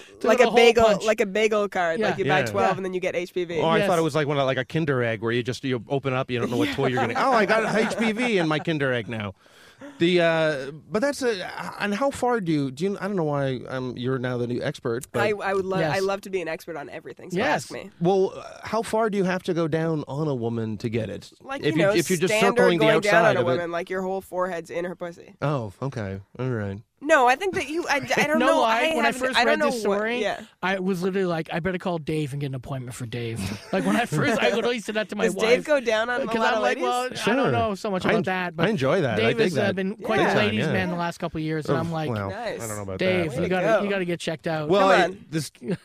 Speaker 9: a
Speaker 4: Through
Speaker 9: like
Speaker 4: the
Speaker 9: a
Speaker 4: hole
Speaker 9: bagel
Speaker 4: punch.
Speaker 9: like a bagel card. Like
Speaker 4: Yeah.
Speaker 9: you buy
Speaker 3: Yeah.
Speaker 9: 12
Speaker 4: Yeah.
Speaker 9: and then you get HPV.
Speaker 3: Oh, I
Speaker 4: Yes.
Speaker 3: thought it was like one of, like a Kinder Egg where you just you open up, you don't know what toy you're gonna. Oh, I
Speaker 9: [laughs]
Speaker 3: got HPV in my Kinder Egg now. The uh, but that's a and how far do you do? You, I don't know why um, you're now the new expert. But,
Speaker 9: I, I would love I
Speaker 4: Yes.
Speaker 9: love to be an expert on everything. So
Speaker 4: Yes.
Speaker 9: ask me.
Speaker 3: well, uh, how far do you have to go down on a woman to get it?
Speaker 9: Like
Speaker 3: if
Speaker 9: you know,
Speaker 3: if you're just
Speaker 9: standard
Speaker 3: circling the
Speaker 9: going
Speaker 3: outside
Speaker 9: down on a
Speaker 3: of
Speaker 9: woman,
Speaker 3: it.
Speaker 9: like your whole forehead's in her pussy.
Speaker 3: Oh, okay, all right.
Speaker 9: No, I think that you. I,
Speaker 4: [laughs]
Speaker 9: I don't
Speaker 4: no
Speaker 9: know.
Speaker 4: lie, when I
Speaker 9: haven't-
Speaker 4: first
Speaker 9: I
Speaker 4: read
Speaker 9: don't know
Speaker 4: this
Speaker 9: what-
Speaker 4: story,
Speaker 9: yeah.
Speaker 4: I was literally like, I better call Dave and get an appointment for Dave. [laughs] like when I first, I literally said that to my
Speaker 9: Does
Speaker 4: wife.
Speaker 9: Dave go down on a
Speaker 4: because
Speaker 9: lot
Speaker 4: I'm
Speaker 9: of
Speaker 4: like,
Speaker 9: ladies?
Speaker 4: well, I
Speaker 3: Sure.
Speaker 4: don't know so much
Speaker 3: I
Speaker 4: about
Speaker 3: en-
Speaker 4: that.
Speaker 3: I
Speaker 4: But
Speaker 3: enjoy that. I
Speaker 4: Dave
Speaker 3: dig
Speaker 4: has uh,
Speaker 3: that.
Speaker 4: been quite
Speaker 9: Yeah.
Speaker 4: a ladies'
Speaker 3: Yeah.
Speaker 4: man the last couple of years, and I'm like,
Speaker 3: well, I
Speaker 9: Nice.
Speaker 3: don't know about
Speaker 4: Dave,
Speaker 3: that.
Speaker 9: Way
Speaker 4: you
Speaker 9: to
Speaker 4: gotta
Speaker 9: go.
Speaker 4: you gotta get checked out.
Speaker 3: Oh, Well,
Speaker 9: Come
Speaker 3: I-
Speaker 9: on. [laughs]
Speaker 3: this
Speaker 4: [laughs]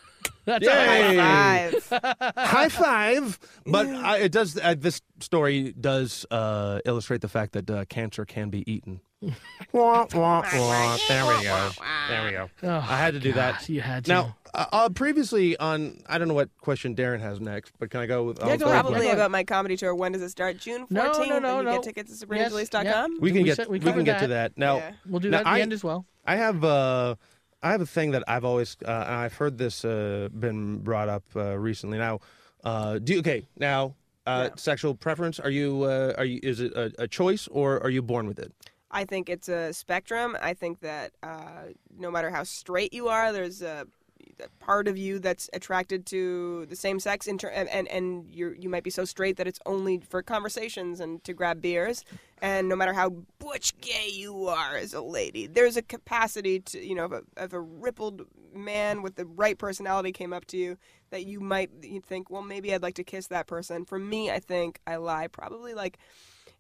Speaker 4: That's
Speaker 3: Yay.
Speaker 4: all I-
Speaker 3: Hey.
Speaker 9: Five.
Speaker 3: high five. But I, it does. Uh, this story does uh, illustrate the fact that uh, cancer can be eaten. [laughs] Wah, wah, wah. There we go. There we go.
Speaker 4: Oh,
Speaker 3: I had to do that.
Speaker 4: [sighs] You had to.
Speaker 3: Now, uh, uh, previously on, I don't know what question Darren has next, but can I go with? I'll
Speaker 4: Yeah,
Speaker 3: go
Speaker 4: go ahead.
Speaker 3: with my-
Speaker 9: Probably
Speaker 4: Yeah.
Speaker 9: about my comedy tour. When does it start? June 14th.
Speaker 4: No, no, no,
Speaker 9: and you
Speaker 4: no.
Speaker 9: get tickets at
Speaker 4: Yes,
Speaker 9: sabrinajalice.com.
Speaker 4: yeah.
Speaker 3: We can
Speaker 4: We
Speaker 3: get
Speaker 4: said- we
Speaker 3: we can
Speaker 4: covered
Speaker 3: get to
Speaker 4: that.
Speaker 3: that now.
Speaker 9: Yeah.
Speaker 4: we'll do
Speaker 3: now
Speaker 4: that at the
Speaker 3: I-
Speaker 4: end as well.
Speaker 3: I have uh, I have a thing that I've always uh, and I've heard this uh, been brought up uh, recently. Now, uh, do okay now. Uh, Sexual preference? Are you? Uh, are you? Is it a, a choice or are you born with it?
Speaker 9: I think it's a spectrum. I think that uh, no matter how straight you are, there's a a part of you that's attracted to the same sex in ter- and and, and you you might be so straight that it's only for conversations and to grab beers and no matter how butch gay you are as a lady there's a capacity to you know of a, of a rippled man with the right personality came up to you that you might you think well maybe I'd like to kiss that person for me I think I lie probably like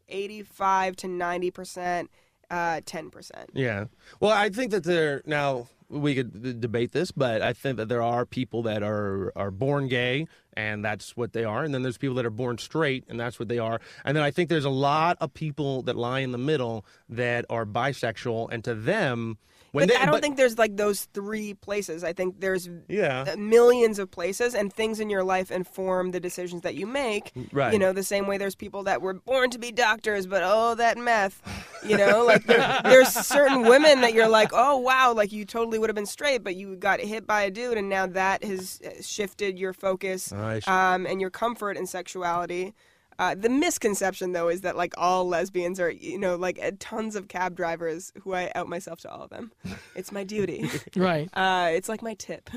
Speaker 9: 85 to 90 percent uh 10 percent
Speaker 3: Yeah. Well, I think that there now we could d- debate this, but I think that there are people that are are born gay and that's what they are, and then there's people that are born straight and that's what they are, and then I think there's a lot of people that lie in the middle that are bisexual, and to them, when
Speaker 9: but
Speaker 3: they,
Speaker 9: I don't
Speaker 3: but-
Speaker 9: think there's like those three places. I think there's
Speaker 3: Yeah.
Speaker 9: uh, millions of places, and things in your life inform the decisions that you make.
Speaker 3: Right.
Speaker 9: You know, the same way there's people that were born to be doctors, but oh, that meth. You know, like there, there's certain women that you're like, oh wow, like you totally would have been straight, but you got hit by a dude, and now that has uh, shifted your focus
Speaker 3: I see.
Speaker 9: um, and your comfort in sexuality. Uh, the misconception, though, is that like all lesbians are, you know, like uh, tons of cab drivers who I out myself to all of them. It's my
Speaker 3: [laughs]
Speaker 9: duty.
Speaker 4: Right.
Speaker 9: Uh, it's like my tip.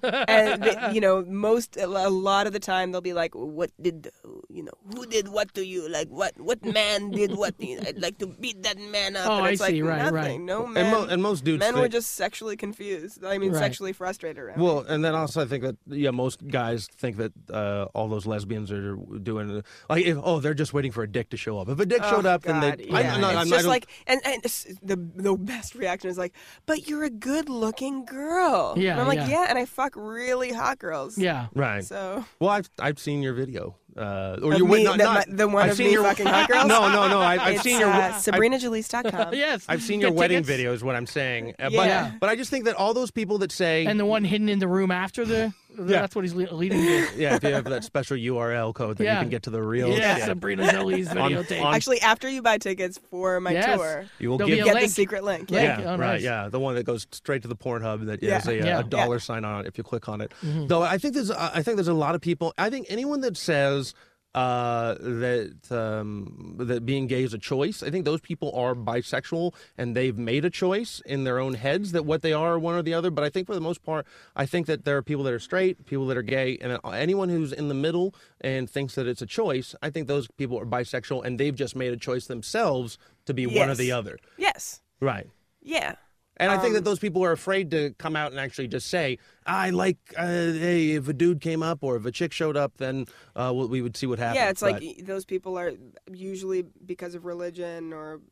Speaker 9: and the, you know, most a lo- a lot of the time they'll be like, "What did you know? Who did what to you? Like what? What man did what? to you? I'd like to beat that man up."
Speaker 4: Oh,
Speaker 9: and
Speaker 4: I
Speaker 9: it's
Speaker 4: see.
Speaker 9: like
Speaker 4: Right,
Speaker 9: nothing.
Speaker 4: right.
Speaker 9: No
Speaker 3: and,
Speaker 9: man.
Speaker 3: mo- and most dudes
Speaker 9: men
Speaker 3: think,
Speaker 9: were just sexually confused. I mean,
Speaker 4: Right.
Speaker 9: sexually frustrated. Around.
Speaker 3: Well, and then also I think that yeah, most guys think that uh, all those lesbians are doing like if, oh they're just waiting for a dick to show up. If a dick showed
Speaker 9: Oh,
Speaker 3: up, then
Speaker 9: God,
Speaker 3: they
Speaker 9: yeah.
Speaker 3: I'm not- I'm-
Speaker 9: it's
Speaker 3: I
Speaker 9: just
Speaker 3: don't-
Speaker 9: like and, and it's- the the best reaction is like, but you're a good looking girl.
Speaker 4: Yeah,
Speaker 9: and I'm like,
Speaker 4: yeah.
Speaker 9: yeah. and I fuck really hot girls.
Speaker 4: Yeah.
Speaker 3: right.
Speaker 9: So
Speaker 3: Well, I've I've seen your video, uh, or
Speaker 9: Of
Speaker 3: you would
Speaker 9: me-
Speaker 3: not,
Speaker 9: the-
Speaker 3: not
Speaker 9: my- the one
Speaker 3: I've
Speaker 9: of
Speaker 3: seen
Speaker 9: me
Speaker 3: your, [laughs]
Speaker 9: fucking hot girls?
Speaker 3: No, no, no. [laughs] I, I've
Speaker 9: it's,
Speaker 3: seen your
Speaker 9: uh,
Speaker 3: I've, [laughs]
Speaker 9: SabrinaJalice.com.
Speaker 4: Yes.
Speaker 3: I've seen
Speaker 4: Get
Speaker 3: your wedding
Speaker 4: tickets.
Speaker 3: video is what I'm saying. Uh,
Speaker 9: Yeah.
Speaker 3: But but I just think that all those people that say
Speaker 4: And the one hidden in the room after the. That's what he's le- leading to.
Speaker 3: yeah, if you have that special URL code, then you
Speaker 4: Yeah.
Speaker 3: can get to the real
Speaker 4: yeah,
Speaker 3: shit.
Speaker 4: Sabrina Zelli's videotape.
Speaker 3: on-
Speaker 9: Actually, after you buy tickets for my
Speaker 4: Yes.
Speaker 9: tour,
Speaker 3: You will
Speaker 4: There'll
Speaker 3: give
Speaker 4: be a
Speaker 9: get
Speaker 4: link.
Speaker 9: the secret link.
Speaker 3: Yeah,
Speaker 4: Yeah. Oh,
Speaker 3: right.
Speaker 4: nice.
Speaker 3: Yeah, the one that goes straight to the Pornhub that
Speaker 9: Yeah.
Speaker 3: has
Speaker 9: Mm-hmm.
Speaker 3: a, uh,
Speaker 4: Yeah.
Speaker 3: a dollar sign on it if you click on it. Though I think there's, I think there's a lot of people. I think anyone that says uh, that um, that being gay is a choice, I think those people are bisexual and they've made a choice in their own heads that what they are are one or the other. But I think for the most part, I think that there are people that are straight, people that are gay, and anyone who's in the middle and thinks that it's a choice, I think those people are bisexual and they've just made a choice themselves to be one or
Speaker 9: Yes.
Speaker 3: the other.
Speaker 9: Yes.
Speaker 3: Right.
Speaker 9: Yeah.
Speaker 3: And I
Speaker 9: Um,
Speaker 3: think that those people are afraid to come out and actually just say, "I like, uh, hey, if a dude came up or if a chick showed up, then uh, we- we would see what happens."
Speaker 9: Yeah, it's like
Speaker 3: But-
Speaker 9: y- those people are usually because of religion or c-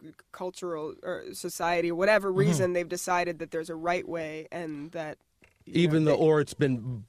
Speaker 9: c-
Speaker 3: Mm-hmm.
Speaker 9: cultural or society, whatever reason, they've decided that there's a right way and that
Speaker 3: even though or it's been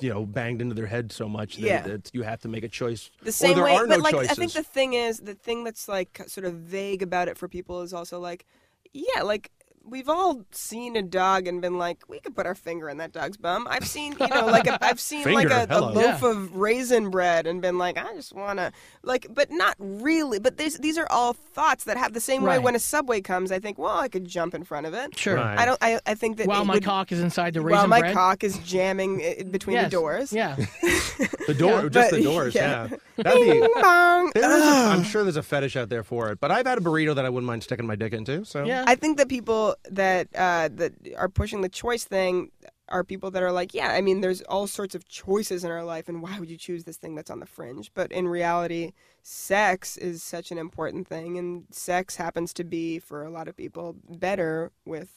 Speaker 3: you know banged into their head so much that,
Speaker 9: Yeah.
Speaker 3: that you have to make a choice
Speaker 9: the same
Speaker 3: or there
Speaker 9: way
Speaker 3: are no
Speaker 9: but like
Speaker 3: choices
Speaker 9: i think the thing is the thing that's like sort of vague about it for people is also like yeah like we've all seen a dog and been like we could put our finger in that dog's bum i've seen you know like a, i've seen like
Speaker 3: Finger,
Speaker 9: a, a
Speaker 3: hello.
Speaker 9: loaf
Speaker 3: Yeah.
Speaker 9: of raisin bread and been like i just want to like but not really but these these are all thoughts that have the same way
Speaker 4: Right.
Speaker 9: when a subway comes i think well i could jump in front of it
Speaker 4: Sure. Right.
Speaker 9: i don't i, I think that
Speaker 4: While
Speaker 9: it
Speaker 4: my
Speaker 9: would-
Speaker 4: cock is inside the
Speaker 9: while
Speaker 4: raisin
Speaker 9: my
Speaker 4: bread.
Speaker 9: cock is jamming uh, between
Speaker 4: Yes.
Speaker 9: the doors
Speaker 3: [laughs]
Speaker 4: Yeah.
Speaker 3: the door
Speaker 9: Yeah.
Speaker 3: just
Speaker 9: But- [laughs]
Speaker 3: the doors
Speaker 9: yeah.
Speaker 3: yeah, That'd
Speaker 9: [laughs]
Speaker 3: be,
Speaker 9: Ding dong.
Speaker 3: there is a, i'm sure there's a fetish out there for it but i've had a burrito that i wouldn't mind sticking my dick into so
Speaker 4: Yeah.
Speaker 9: I think that people that uh, that are pushing the choice thing are people that are like, yeah, I mean, there's all sorts of choices in our life, and why would you choose this thing that's on the fringe? But in reality, sex is such an important thing, and sex happens to be for a lot of people better with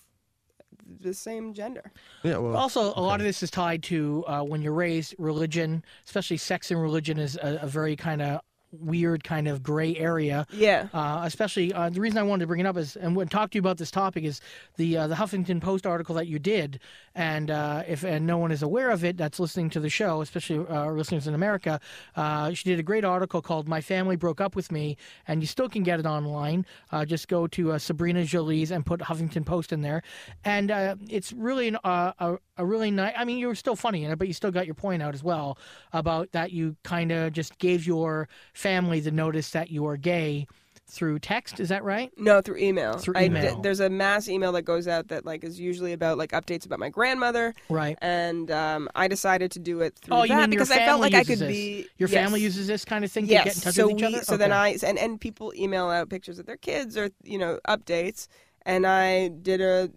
Speaker 9: the same gender.
Speaker 3: yeah well
Speaker 4: Also, a lot of this is tied to uh, when you're raised, religion, especially sex and religion, is a, a very kind of weird kind of gray area.
Speaker 9: Yeah.
Speaker 4: Uh, especially uh, the reason I wanted to bring it up is, and we'll talk to you about this topic is the uh, the Huffington Post article that you did, and uh, if and no one is aware of it that's listening to the show, especially uh, our listeners in America, uh, she did a great article called "My Family Broke Up with Me," and you still can get it online. Uh, just go to uh, Sabrina Jolie's and put Huffington Post in there, and uh, it's really an, uh, a a really nice. I mean, you were still funny in it, but you still got your point out as well about that you kind of just gave your family the notice that you are gay through text. Is that right?
Speaker 9: No, through email.
Speaker 4: Through
Speaker 9: I
Speaker 4: email.
Speaker 9: there's a mass email that goes out that like is usually about like updates about my grandmother,
Speaker 4: Right.
Speaker 9: and um, I decided to do it through
Speaker 4: Oh,
Speaker 9: that
Speaker 4: you mean Uh, your
Speaker 9: because I
Speaker 4: family
Speaker 9: felt like I
Speaker 4: uses
Speaker 9: could
Speaker 4: this.
Speaker 9: be
Speaker 4: Your
Speaker 9: Yes.
Speaker 4: family uses this kind of thing to get in touch
Speaker 9: so
Speaker 4: with each
Speaker 9: we-
Speaker 4: other.
Speaker 9: So then
Speaker 4: Okay.
Speaker 9: I and, and people email out pictures of their kids or you know updates, and I did a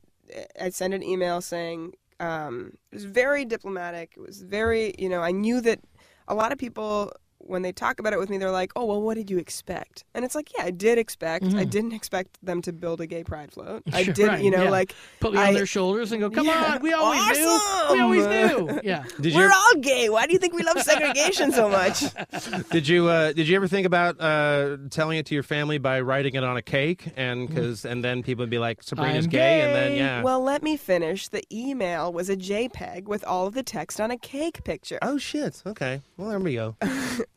Speaker 9: I sent an email saying um, it was very diplomatic. It was very you know I knew that a lot of people when they talk about it with me they're like oh well what did you expect and it's like yeah I did expect I didn't expect them to build a gay pride
Speaker 4: [laughs]
Speaker 9: float I
Speaker 4: Sure,
Speaker 9: did
Speaker 4: Mm-hmm. right,
Speaker 9: you know
Speaker 4: yeah.
Speaker 9: like
Speaker 4: put me
Speaker 9: I-
Speaker 4: on their shoulders and go, "Come
Speaker 9: Yeah.
Speaker 4: on, we always knew. We always
Speaker 9: [laughs]
Speaker 4: knew." Yeah.
Speaker 3: did you
Speaker 9: we're all gay why do you think we love segregation so
Speaker 4: [laughs]
Speaker 9: much
Speaker 3: did you uh, did you ever think about uh, telling it to your family by writing it on a cake and because and then people would be like Sabrina's
Speaker 4: Mm. I'm
Speaker 3: and then
Speaker 4: gay.
Speaker 3: yeah
Speaker 9: Well, let me finish. The email was a JPEG with all of the text on a cake picture.
Speaker 3: oh shit okay well there we
Speaker 4: [laughs]
Speaker 3: go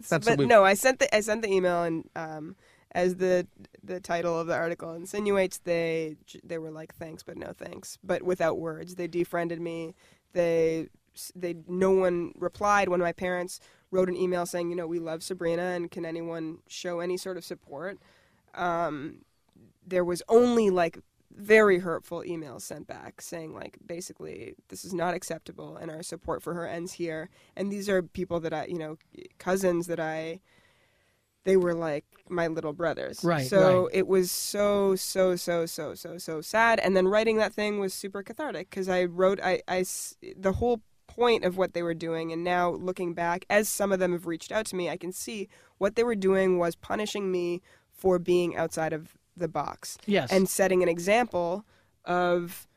Speaker 3: that's
Speaker 9: but
Speaker 3: what we
Speaker 9: no, I sent the I sent the email and um, as the the title of the article insinuates, they j- they were like thanks but no thanks, but without words. They defriended me. They s- they no one replied when my parents wrote an email saying, you know, we love Sabrina and can anyone show any sort of support? there was only like very hurtful emails sent back saying like basically this is not acceptable and our support for her ends here and these are people that i you know cousins that i they were like my little brothers
Speaker 4: Right,
Speaker 9: so it was so so so so so so sad and then writing that thing was super cathartic because i wrote I, I s- the whole point of what they were doing and now looking back as some of them have reached out to me i can see what they were doing was punishing me for being outside of the box
Speaker 4: Yes.
Speaker 9: and setting an example of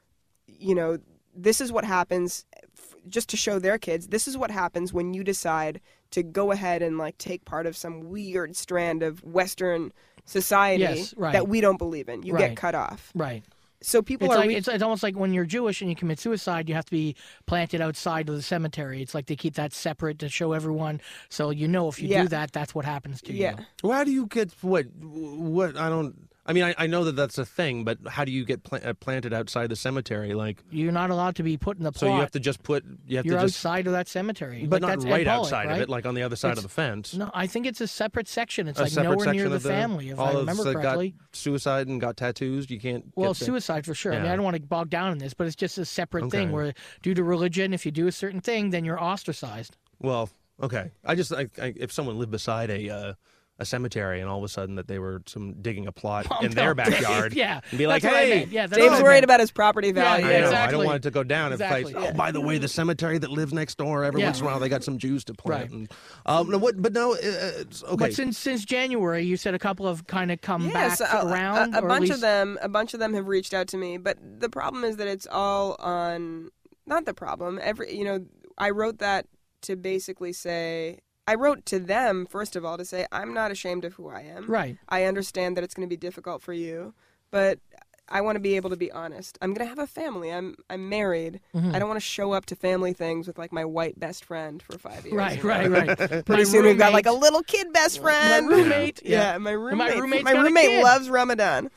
Speaker 9: you know this is what happens f- just to show their kids this is what happens when you decide to go ahead and like take part of some weird strand of western society
Speaker 4: Yes, right.
Speaker 9: that we don't believe in you
Speaker 4: Right.
Speaker 9: get cut off
Speaker 4: right.
Speaker 9: so people
Speaker 4: It's,
Speaker 9: are
Speaker 4: like,
Speaker 9: re-
Speaker 4: it's, it's almost like when you're Jewish and you commit suicide, you have to be planted outside of the cemetery. It's like they keep that separate to show everyone, so you know if you
Speaker 9: Yeah.
Speaker 4: do that, that's what happens to
Speaker 9: yeah
Speaker 4: you.
Speaker 3: Well, how do you get what? What I don't. I mean, I, I know that that's a thing, but how do you get pla- uh, planted outside the cemetery? Like,
Speaker 4: You're not allowed to be put in the plot.
Speaker 3: so you have to just put you have
Speaker 4: You're
Speaker 3: to just,
Speaker 4: outside of that cemetery,
Speaker 3: but
Speaker 4: Like,
Speaker 3: not
Speaker 4: that's
Speaker 3: right
Speaker 4: Ed Pollock,
Speaker 3: outside
Speaker 4: right?
Speaker 3: of it, like on the other side of the fence.
Speaker 4: No, I think it's a separate section. It's
Speaker 3: a
Speaker 4: like
Speaker 3: separate
Speaker 4: nowhere
Speaker 3: section
Speaker 4: near the,
Speaker 3: of the
Speaker 4: family, if
Speaker 3: all
Speaker 4: I
Speaker 3: those
Speaker 4: remember
Speaker 3: that
Speaker 4: correctly.
Speaker 3: got suicide and got tattoos. You can't.
Speaker 4: Well,
Speaker 3: get the-
Speaker 4: suicide for sure. I mean,
Speaker 3: Yeah.
Speaker 4: I don't want to bog down in this, but it's just a separate thing
Speaker 3: Okay.
Speaker 4: where, due to religion, if you do a certain thing, then you're ostracized.
Speaker 3: Well, okay. I just I, I, if someone lived beside a. Uh, a cemetery, and all of a sudden that they were some digging a plot in their backyard.
Speaker 4: Oh, [laughs] yeah,
Speaker 3: and be like,
Speaker 4: that's what I
Speaker 3: "Hey,
Speaker 4: meant. yeah, that's what
Speaker 9: dave's
Speaker 4: I
Speaker 9: worried
Speaker 4: meant.
Speaker 9: about his property
Speaker 4: Yeah,
Speaker 9: value
Speaker 3: I know. I
Speaker 4: exactly.
Speaker 3: don't want it to go down. If
Speaker 4: Exactly.
Speaker 3: like, oh, by the way, the cemetery that lives next door, every
Speaker 4: Yeah.
Speaker 3: once in a while they got some Jews to plant.
Speaker 4: Right.
Speaker 3: And, um, no, what? But no, uh, it's, okay.
Speaker 4: But since since January, you said a couple have kind of come back
Speaker 9: so a-
Speaker 4: around.
Speaker 9: A, a
Speaker 4: or at
Speaker 9: bunch
Speaker 4: least,
Speaker 9: of them, a bunch of them have reached out to me, but the problem is that it's all on. Not the problem. Every you know, I wrote that to basically say I wrote to them first of all to say I'm not ashamed of who I am.
Speaker 4: Right.
Speaker 9: I understand that it's going to be difficult for you, but I want to be able to be honest. I'm gonna have a family. I'm I'm married.
Speaker 4: Mhm.
Speaker 9: I don't want to show up to family things with like my white best friend for five years.
Speaker 4: Right,
Speaker 9: you know?
Speaker 4: right,
Speaker 3: [laughs]
Speaker 4: right.
Speaker 9: Pretty soon we've got like a little kid best friend.
Speaker 4: My roommate.
Speaker 9: Yeah,
Speaker 4: Yeah.
Speaker 9: my
Speaker 4: And
Speaker 9: roommate.
Speaker 4: my roommate's
Speaker 9: my
Speaker 4: got a
Speaker 9: roommate
Speaker 4: kid.
Speaker 9: loves Ramadan.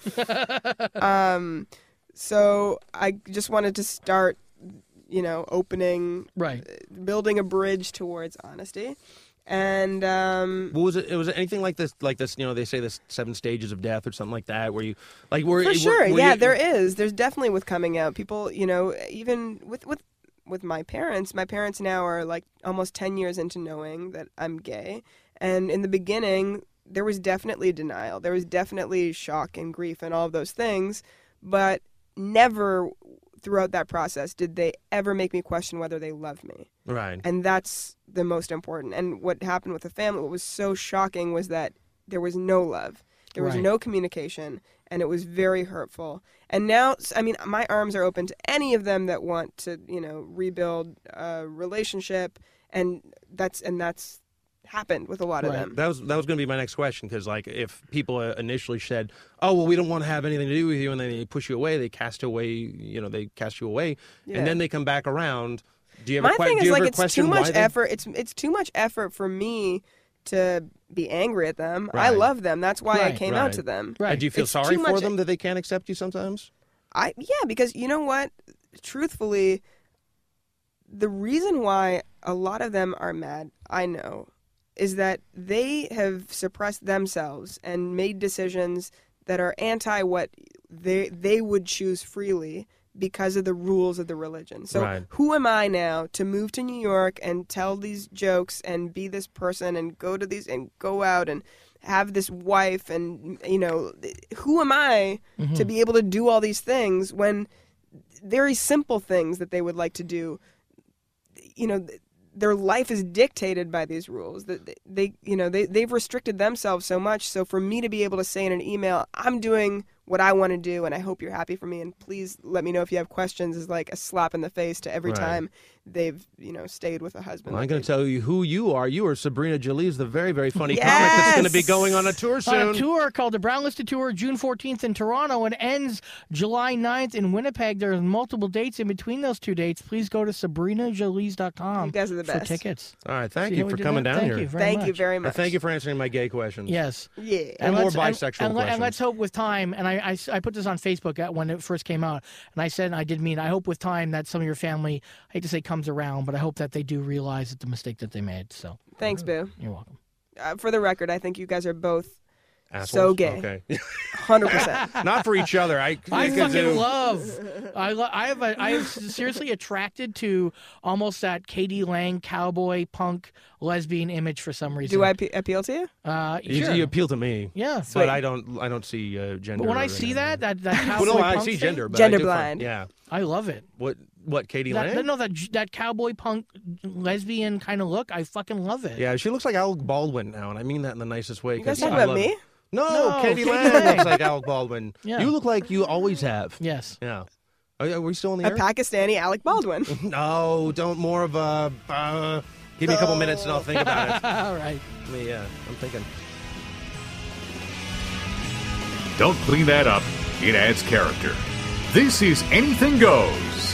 Speaker 9: [laughs] um, so I just wanted to start, you know, opening,
Speaker 3: Uh,
Speaker 4: Right.
Speaker 9: building a bridge towards honesty, and um,
Speaker 3: What was it? It was anything like this, like this. You know, they say this seven stages of death or something like that, where you, like, where
Speaker 9: for sure,
Speaker 3: where
Speaker 9: yeah,
Speaker 3: you-
Speaker 9: there is. There's definitely with coming out, people, you know, even with with with my parents. My parents now are like almost ten years into knowing that I'm gay, and in the beginning, there was definitely denial. There was definitely shock and grief and all of those things, but never throughout that process did they ever make me question whether they loved me
Speaker 3: right.
Speaker 9: and that's the most important and what happened with the family what was so shocking was that there was no love there was
Speaker 4: Right.
Speaker 9: no communication and it was very hurtful and now s- i mean my arms are open to any of them that want to you know rebuild a relationship and that's and that's happened with a lot of
Speaker 4: Right.
Speaker 9: them
Speaker 3: That was that was going to be my next question because like if people uh, initially said, "Oh well, we don't want to have anything to do with you," and then they push you away, they cast away, you know, they cast you away,
Speaker 9: Yeah.
Speaker 3: and then they come back around. Do you ever,
Speaker 9: my
Speaker 3: que-
Speaker 9: thing
Speaker 3: do
Speaker 9: is
Speaker 3: you
Speaker 9: like
Speaker 3: ever
Speaker 9: it's
Speaker 3: question
Speaker 9: too much
Speaker 3: why they-
Speaker 9: effort it's it's too much effort for me to be angry at them i
Speaker 3: Right.
Speaker 9: love them that's why
Speaker 4: Right,
Speaker 9: i came out
Speaker 3: right.
Speaker 9: to them
Speaker 4: Right.
Speaker 3: And Uh, do you feel
Speaker 9: It's
Speaker 3: sorry
Speaker 9: too
Speaker 3: for
Speaker 9: much-
Speaker 3: them that they can't accept you sometimes?
Speaker 9: I yeah, because you know what? Truthfully, the reason why a lot of them are mad, I know, is that they have suppressed themselves and made decisions that are anti what they they would choose freely because of the rules of the religion. So
Speaker 3: Right.
Speaker 9: who am I now to move to New York and tell these jokes and be this person and go to these and go out and have this wife and you know who am I to be able to do all these things when very simple things that they would like to do you know th- their life is dictated by these rules that th- they you know they, they've restricted themselves so much so for me to be able to say in an email i'm doing what i want to do and i hope you're happy for me and please let me know if you have questions is like a slap in the face to every
Speaker 3: Right.
Speaker 9: time they've you know stayed with a husband
Speaker 3: Well, I'm
Speaker 9: that
Speaker 3: going
Speaker 9: they-
Speaker 3: to tell you who you are. You are Sabrina Jalie's, the very, very funny comic that's going to be
Speaker 9: Yes!
Speaker 3: going on a tour soon.
Speaker 4: On a tour called the Brown Listed Tour, June 14th in Toronto, and ends July 9th in Winnipeg. There are multiple dates in between those two dates. Please go to sabrinajalies.com
Speaker 9: You guys are the
Speaker 4: for
Speaker 9: best.
Speaker 4: tickets.
Speaker 3: All right, thank
Speaker 4: See how
Speaker 3: you
Speaker 4: we
Speaker 3: for
Speaker 4: did
Speaker 3: coming
Speaker 4: that?
Speaker 3: down
Speaker 4: Thank
Speaker 3: here.
Speaker 4: You very
Speaker 9: thank you
Speaker 4: much.
Speaker 9: very
Speaker 3: And
Speaker 9: much
Speaker 3: thank you for answering my gay questions.
Speaker 4: Yes.
Speaker 9: yeah
Speaker 3: And more
Speaker 4: let's-
Speaker 3: bisexual
Speaker 4: and, let-
Speaker 3: questions.
Speaker 4: and let's hope with time. And I, I s- I put this on Facebook at- when it first came out, and I said, and I did mean, I hope with time that some of your family, I hate to say comes around, but I hope that they do realize that the mistake that they made. So
Speaker 9: thanks boo
Speaker 4: you're welcome.
Speaker 9: uh, for the record i think you guys are both
Speaker 3: Assholes?
Speaker 9: So gay.
Speaker 3: Okay. [laughs]
Speaker 9: 100%
Speaker 3: Not for each other.
Speaker 9: [laughs]
Speaker 3: I,
Speaker 4: I
Speaker 3: could do-
Speaker 4: fucking love. I lo- I have a, I am seriously attracted to almost that Katie Lang cowboy punk lesbian image for some reason.
Speaker 9: do i pe- appeal to you
Speaker 4: Uh,
Speaker 3: You,
Speaker 4: sure.
Speaker 3: you appeal to me.
Speaker 4: yeah.
Speaker 3: But I don't. I don't see uh, gender.
Speaker 4: But when I
Speaker 3: or
Speaker 4: see
Speaker 3: anything.
Speaker 4: that, that that
Speaker 3: well,
Speaker 4: cowboy
Speaker 3: no, I
Speaker 4: punk
Speaker 3: see
Speaker 4: thing,
Speaker 3: gender, but I do
Speaker 9: Genderblind.
Speaker 3: find- yeah.
Speaker 4: I love it.
Speaker 3: What? What? Katie
Speaker 4: That,
Speaker 3: Lang?
Speaker 4: no, that that cowboy punk lesbian kind of look, I fucking love it.
Speaker 3: Yeah, she looks like Alec Baldwin now, and I mean that in the nicest way.
Speaker 9: you guys
Speaker 3: 'cause
Speaker 9: talking
Speaker 3: I
Speaker 9: about
Speaker 3: love-
Speaker 9: me
Speaker 3: No,
Speaker 4: No, [laughs]
Speaker 3: Katie
Speaker 4: Katie
Speaker 3: Lang
Speaker 4: Lang.
Speaker 3: looks like Alec Baldwin.
Speaker 4: Yeah.
Speaker 3: You look like you always have.
Speaker 4: Yes.
Speaker 3: Yeah. Are, are we still in the
Speaker 9: a
Speaker 3: air?
Speaker 9: pakistani alec baldwin
Speaker 3: No, don't. More of a. Uh, give me a couple minutes and I'll think about
Speaker 4: [laughs]
Speaker 3: it.
Speaker 4: All right.
Speaker 3: Let Me, yeah, I'm thinking.
Speaker 1: Don't clean that up, it adds character. This is Anything Goes.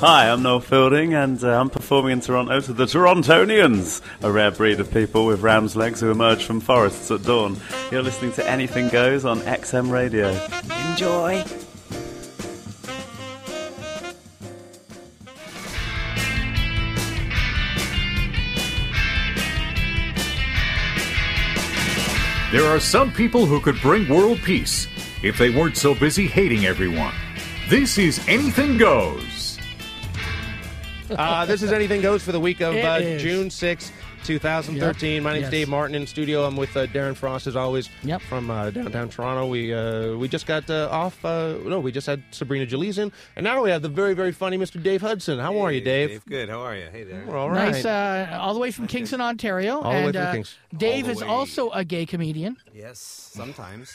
Speaker 10: Hi, I'm Noel Fielding, and uh, I'm performing in Toronto to the Torontonians, a rare breed of people with ram's legs who emerge from forests at dawn. You're listening to Anything Goes on XM Radio. Enjoy.
Speaker 1: There are some people who could bring world peace if they weren't so busy hating everyone. This is Anything Goes.
Speaker 3: Uh, this is Anything Goes for the week of
Speaker 4: It
Speaker 3: uh,
Speaker 4: is.
Speaker 3: June 6th 2013. My name's
Speaker 11: Yes.
Speaker 3: Dave Martin in studio. I'm with uh, Darren Frost as always
Speaker 4: yep.
Speaker 3: from uh, downtown Toronto. We uh, we just got uh, off. Uh, no, we just had Sabrina Jalise in, and now we have the very very funny Mr. Dave Hudson. How are you, Dave?
Speaker 12: Dave, good. How are you? Hey there.
Speaker 3: We're all right.
Speaker 4: Nice, uh, all the way from Kingston, Ontario.
Speaker 3: All the way
Speaker 4: and
Speaker 3: from
Speaker 4: uh,
Speaker 3: Kings-
Speaker 4: Dave
Speaker 12: All the
Speaker 4: is
Speaker 12: way.
Speaker 4: also a gay comedian.
Speaker 12: Yes, sometimes.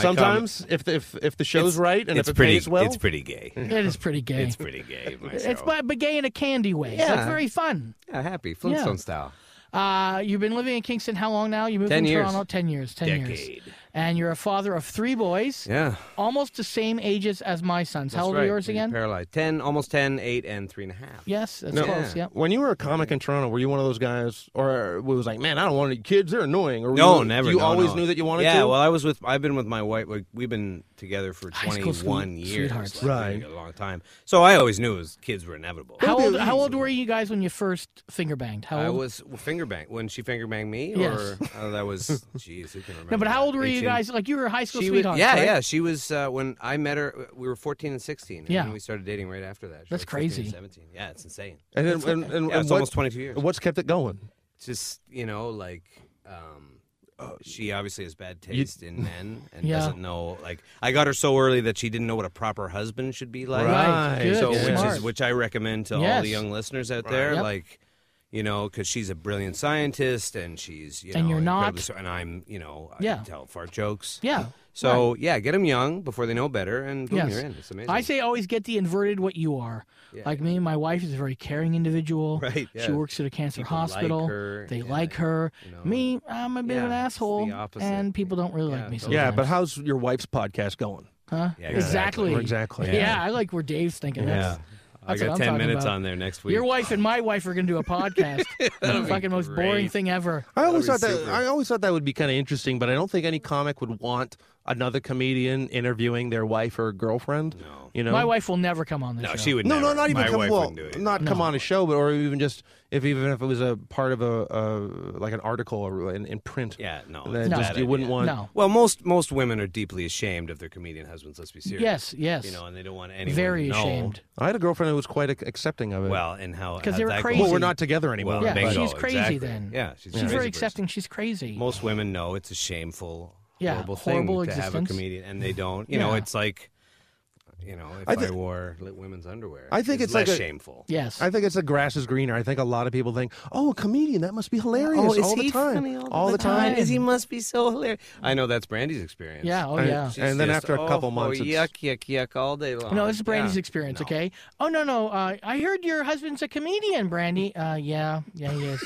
Speaker 3: Sometimes, if the, if if the show's right and
Speaker 12: it's
Speaker 3: if it
Speaker 12: pretty,
Speaker 3: pays well,
Speaker 12: it's pretty gay.
Speaker 4: It is
Speaker 12: [laughs]
Speaker 4: pretty gay.
Speaker 12: It's pretty
Speaker 4: [laughs]
Speaker 12: gay. My
Speaker 4: It's
Speaker 12: show.
Speaker 4: but, but gay in a candy way. So
Speaker 12: Yeah.
Speaker 4: it's very fun.
Speaker 12: yeah, happy
Speaker 4: Yeah.
Speaker 12: Flintstone style.
Speaker 4: Uh, you've been living in Kingston how long now? You moved
Speaker 12: 10
Speaker 4: from
Speaker 12: years.
Speaker 4: Toronto 10 years. 10 years.
Speaker 12: Decade.
Speaker 4: And you're a father of three boys.
Speaker 12: Yeah.
Speaker 4: Almost the same ages as my sons.
Speaker 12: That's
Speaker 4: how old
Speaker 12: right.
Speaker 4: are yours
Speaker 12: We're
Speaker 4: again?
Speaker 12: Paralyzed. Ten, almost ten, eight, and three and a half.
Speaker 4: Yes, that's
Speaker 3: No.
Speaker 4: close. Yeah.
Speaker 3: When you were a comic in Toronto, were you one of those guys, or was like, man, I don't want any kids; they're annoying. Or were
Speaker 12: No,
Speaker 3: you,
Speaker 12: never.
Speaker 3: You
Speaker 12: no,
Speaker 3: always
Speaker 12: no.
Speaker 3: knew that you wanted
Speaker 12: yeah,
Speaker 3: to.
Speaker 12: well, I was with. I've been with my wife. Like, we've been together for
Speaker 4: school sweet-
Speaker 12: 21 years,
Speaker 4: sweethearts.
Speaker 12: like,
Speaker 4: Right.
Speaker 12: [laughs] like, a long time. So I always knew it was, kids were inevitable.
Speaker 4: How old, how old were you guys when you first finger banged? How
Speaker 12: I
Speaker 4: old?
Speaker 12: was well, finger bang when she finger banged me,
Speaker 4: Yes.
Speaker 12: or oh, that was [laughs] jeez, who can remember?
Speaker 4: no, but how
Speaker 12: that?
Speaker 4: old were you
Speaker 12: 18?
Speaker 4: guys? Like you were high school
Speaker 12: She was,
Speaker 4: sweethearts.
Speaker 12: yeah,
Speaker 4: right?
Speaker 12: yeah. She was uh, when I met her. We were 14 and 16. And
Speaker 4: Yeah.
Speaker 12: then we started dating right after that. She
Speaker 4: That's
Speaker 12: was 15,
Speaker 4: crazy.
Speaker 12: 17. Yeah, it's insane.
Speaker 3: and then,
Speaker 12: It's-
Speaker 3: and, and,
Speaker 12: yeah,
Speaker 3: and
Speaker 12: it's
Speaker 3: what-
Speaker 12: almost 22 years.
Speaker 3: What's kept it going?
Speaker 12: Just you know, like um,
Speaker 3: Uh,
Speaker 12: she obviously has bad taste in men and
Speaker 3: Yeah.
Speaker 12: doesn't know. Like I got her so early that she didn't know what a proper husband should be like.
Speaker 3: Right. Good,
Speaker 12: So which
Speaker 3: smart.
Speaker 12: is which I recommend to all
Speaker 3: Yes.
Speaker 12: the young listeners out
Speaker 3: Right.
Speaker 12: there,
Speaker 3: Yep.
Speaker 12: like. You know, because she's a brilliant scientist, and she's you know,
Speaker 4: And you're not.
Speaker 12: incredibly smart, and I'm you know, I
Speaker 4: Yeah.
Speaker 12: tell fart jokes.
Speaker 4: Yeah,
Speaker 12: So yeah, get them young before they know better, and boom,
Speaker 4: Yes.
Speaker 12: you're in. It's amazing.
Speaker 4: I say always get the inverted what you are. Like me, my wife is a very caring individual.
Speaker 12: [laughs] Right,
Speaker 4: She
Speaker 12: yeah.
Speaker 4: works at a cancer
Speaker 12: People like
Speaker 4: hospital.
Speaker 12: her,
Speaker 4: they like her. me, I'm a bit of an asshole, and people don't really like me. Sometimes.
Speaker 3: Yeah, but how's your wife's podcast going?
Speaker 4: Huh?
Speaker 3: Yeah, exactly.
Speaker 4: exactly.
Speaker 3: Exactly.
Speaker 4: Yeah. I like where Dave's thinking. That's,
Speaker 12: I
Speaker 4: that's
Speaker 12: got
Speaker 4: what I'm
Speaker 12: 10
Speaker 4: talking
Speaker 12: minutes
Speaker 4: about.
Speaker 12: on there next week.
Speaker 4: Your wife and my wife are going to do a podcast.
Speaker 12: [laughs] That'll
Speaker 4: the
Speaker 12: be
Speaker 4: fucking most boring
Speaker 12: great.
Speaker 4: thing ever.
Speaker 3: I always thought that I always thought that would be kind of interesting, but I don't think any comic would want another comedian interviewing their wife or girlfriend. No, you know,
Speaker 4: my wife will never come on this. show.
Speaker 3: No, no, not even come. well, not come on a show, but or even just if even if it was a part of a, a like an article or in, in print.
Speaker 12: Yeah, no,
Speaker 3: then
Speaker 12: it's a
Speaker 3: just
Speaker 12: bad
Speaker 3: you wouldn't
Speaker 12: idea.
Speaker 3: want.
Speaker 12: Well, most most women are deeply ashamed of their comedian husbands. Let's be serious.
Speaker 4: Yes, yes.
Speaker 12: You know, and they don't want anyone.
Speaker 4: Very
Speaker 12: to know.
Speaker 4: ashamed.
Speaker 3: I had a girlfriend who was quite ac- accepting of it.
Speaker 12: Well, uh, and how?
Speaker 4: 'Cause
Speaker 12: how
Speaker 4: they were
Speaker 12: that
Speaker 4: crazy.
Speaker 12: goes.
Speaker 3: Well, we're not together anymore,
Speaker 12: Well,
Speaker 4: yeah,
Speaker 12: bingo,
Speaker 4: she's crazy
Speaker 12: exactly.
Speaker 4: then.
Speaker 12: Yeah, she's, a
Speaker 4: she's
Speaker 12: crazy
Speaker 4: very
Speaker 12: person.
Speaker 4: accepting. She's crazy.
Speaker 12: Most women know it's a shameful,
Speaker 4: Yeah,
Speaker 12: horrible thing
Speaker 4: horrible
Speaker 12: to have
Speaker 4: existence.
Speaker 12: a comedian, and they don't. You know,
Speaker 4: Yeah.
Speaker 12: it's like, you know, if
Speaker 3: I
Speaker 12: I,
Speaker 3: thi-
Speaker 12: wore lit women's underwear,
Speaker 3: I think it's,
Speaker 12: less
Speaker 3: like a-
Speaker 12: shameful.
Speaker 4: Yes,
Speaker 3: I think it's the grass is greener. I think a lot of people think, "Oh, a comedian, that must be hilarious
Speaker 12: Oh, is
Speaker 3: all the
Speaker 12: he
Speaker 3: time,
Speaker 12: funny all the
Speaker 3: the time."
Speaker 12: time? Is he must be so hilarious? I know that's Brandy's experience.
Speaker 4: Yeah, oh,
Speaker 12: And
Speaker 4: yeah.
Speaker 12: she's
Speaker 3: And then
Speaker 12: just,
Speaker 3: after a couple
Speaker 12: oh,
Speaker 3: months,
Speaker 12: oh,
Speaker 3: it's-
Speaker 12: yuck, yuck, yuck, all day long.
Speaker 4: No, this is Brandy's
Speaker 12: Oh, Yeah.
Speaker 4: experience, okay? Oh, no, no. Uh, I heard your husband's a comedian, Brandy. Uh, yeah, yeah, he
Speaker 12: [laughs]
Speaker 4: is.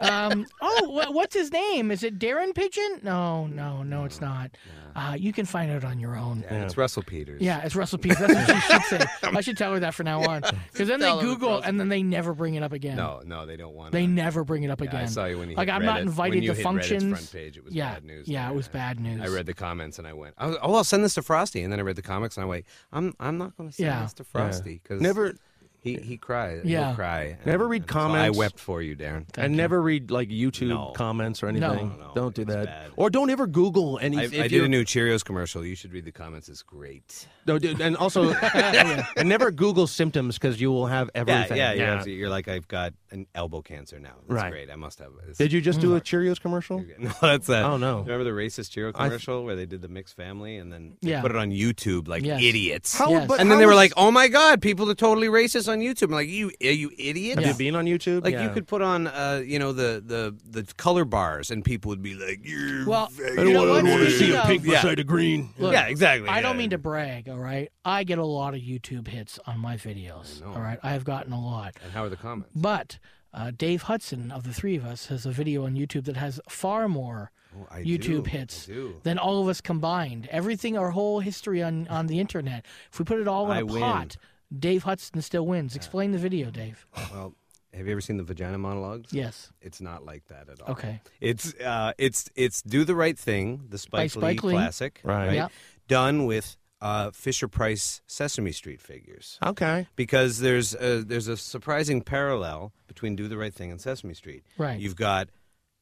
Speaker 4: um, oh, wha what's his name? Is it Darren Pigeon? No, no, no, it's not. Uh, you can find out on your own.
Speaker 12: Yeah, It's Russell Peters.
Speaker 4: Yeah, it's Russell Peters. That's what she should
Speaker 12: [laughs]
Speaker 4: say. I should tell her that from now on. Because then they
Speaker 12: Tell her it's
Speaker 4: Google and then they never bring it up again.
Speaker 12: No, no, they don't want.
Speaker 4: They never bring it up
Speaker 12: Yeah,
Speaker 4: again.
Speaker 12: I saw you when you
Speaker 4: like
Speaker 12: hit
Speaker 4: I'm not
Speaker 12: Reddit-
Speaker 4: invited
Speaker 12: when you
Speaker 4: to
Speaker 12: hit Reddit's
Speaker 4: functions.
Speaker 12: front page, it was
Speaker 4: yeah,
Speaker 12: bad news.
Speaker 4: Yeah, it was bad news.
Speaker 12: I read the comments and I went, I was, "Oh, I'll send this to Frosty." And then I read the comics and I went, "I'm, I'm not going to send
Speaker 4: Yeah.
Speaker 12: this to
Speaker 3: Yeah.
Speaker 12: Frosty because
Speaker 3: Never-
Speaker 12: he, he cried.
Speaker 3: Yeah.
Speaker 12: he'll cry. And-
Speaker 3: Never read
Speaker 12: and so I
Speaker 3: comments.
Speaker 12: wept for you, Darren.
Speaker 3: and never read like YouTube comments or
Speaker 12: No.
Speaker 3: anything.
Speaker 12: No, no,
Speaker 3: don't do that, or don't ever Google any.
Speaker 12: I, I
Speaker 3: if
Speaker 12: did
Speaker 3: you're-
Speaker 12: a new Cheerios commercial. You should read the comments. It's great.
Speaker 3: No, dude, and
Speaker 12: [laughs]
Speaker 3: also, [laughs] and never Google symptoms because you will have everything.
Speaker 12: Yeah, yeah, yeah. So You're like, I've got an elbow cancer now. That's
Speaker 3: Right.
Speaker 12: great. I must have. This.
Speaker 3: Did you just do a Cheerios commercial?
Speaker 12: [laughs] No, that's that.
Speaker 3: Oh no.
Speaker 12: Remember the racist Cheerio
Speaker 3: I th-
Speaker 12: commercial where they did the mixed family and then
Speaker 3: Yeah.
Speaker 12: they put it on YouTube like
Speaker 3: Yes.
Speaker 12: idiots.
Speaker 3: How- Yes. but
Speaker 12: and then
Speaker 3: how
Speaker 12: they were
Speaker 3: is-
Speaker 12: like, "Oh my god, people are totally racist on YouTube." I'm like, "You are you idiots?"
Speaker 3: Have you been on YouTube?
Speaker 12: Like
Speaker 3: Yeah.
Speaker 12: you could put on, uh, you know, the, the the color bars, and people would be like, "You're
Speaker 4: Well,
Speaker 12: faggot."
Speaker 4: you know what? Speaking of- Look,
Speaker 12: yeah, exactly.
Speaker 4: I don't
Speaker 12: yeah.
Speaker 4: mean to brag, all right? I get a lot of YouTube hits on my videos, all right? I have gotten a lot.
Speaker 12: And how are the comments?
Speaker 4: But uh, Dave Hudson of the three of us has a video on YouTube that has far more
Speaker 12: Oh, I
Speaker 4: YouTube
Speaker 12: do,
Speaker 4: hits
Speaker 12: I do.
Speaker 4: than all of us combined. Everything, our whole history on, on the internet. If we put it all in
Speaker 12: I
Speaker 4: a
Speaker 12: win.
Speaker 4: pot, Dave Hudson still wins. Explain the video, Dave.
Speaker 12: Well, have you ever seen the vagina monologues?
Speaker 4: Yes.
Speaker 12: It's not like that at all.
Speaker 4: Okay.
Speaker 12: It's uh, it's it's do the right thing, the Spike,
Speaker 4: Spike Lee.
Speaker 12: Lee classic,
Speaker 3: Right.
Speaker 4: Yep.
Speaker 12: Done with uh, Fisher Price Sesame Street figures.
Speaker 3: Okay.
Speaker 12: Because there's a, there's a surprising parallel between Do the Right Thing and Sesame Street.
Speaker 4: Right.
Speaker 12: You've got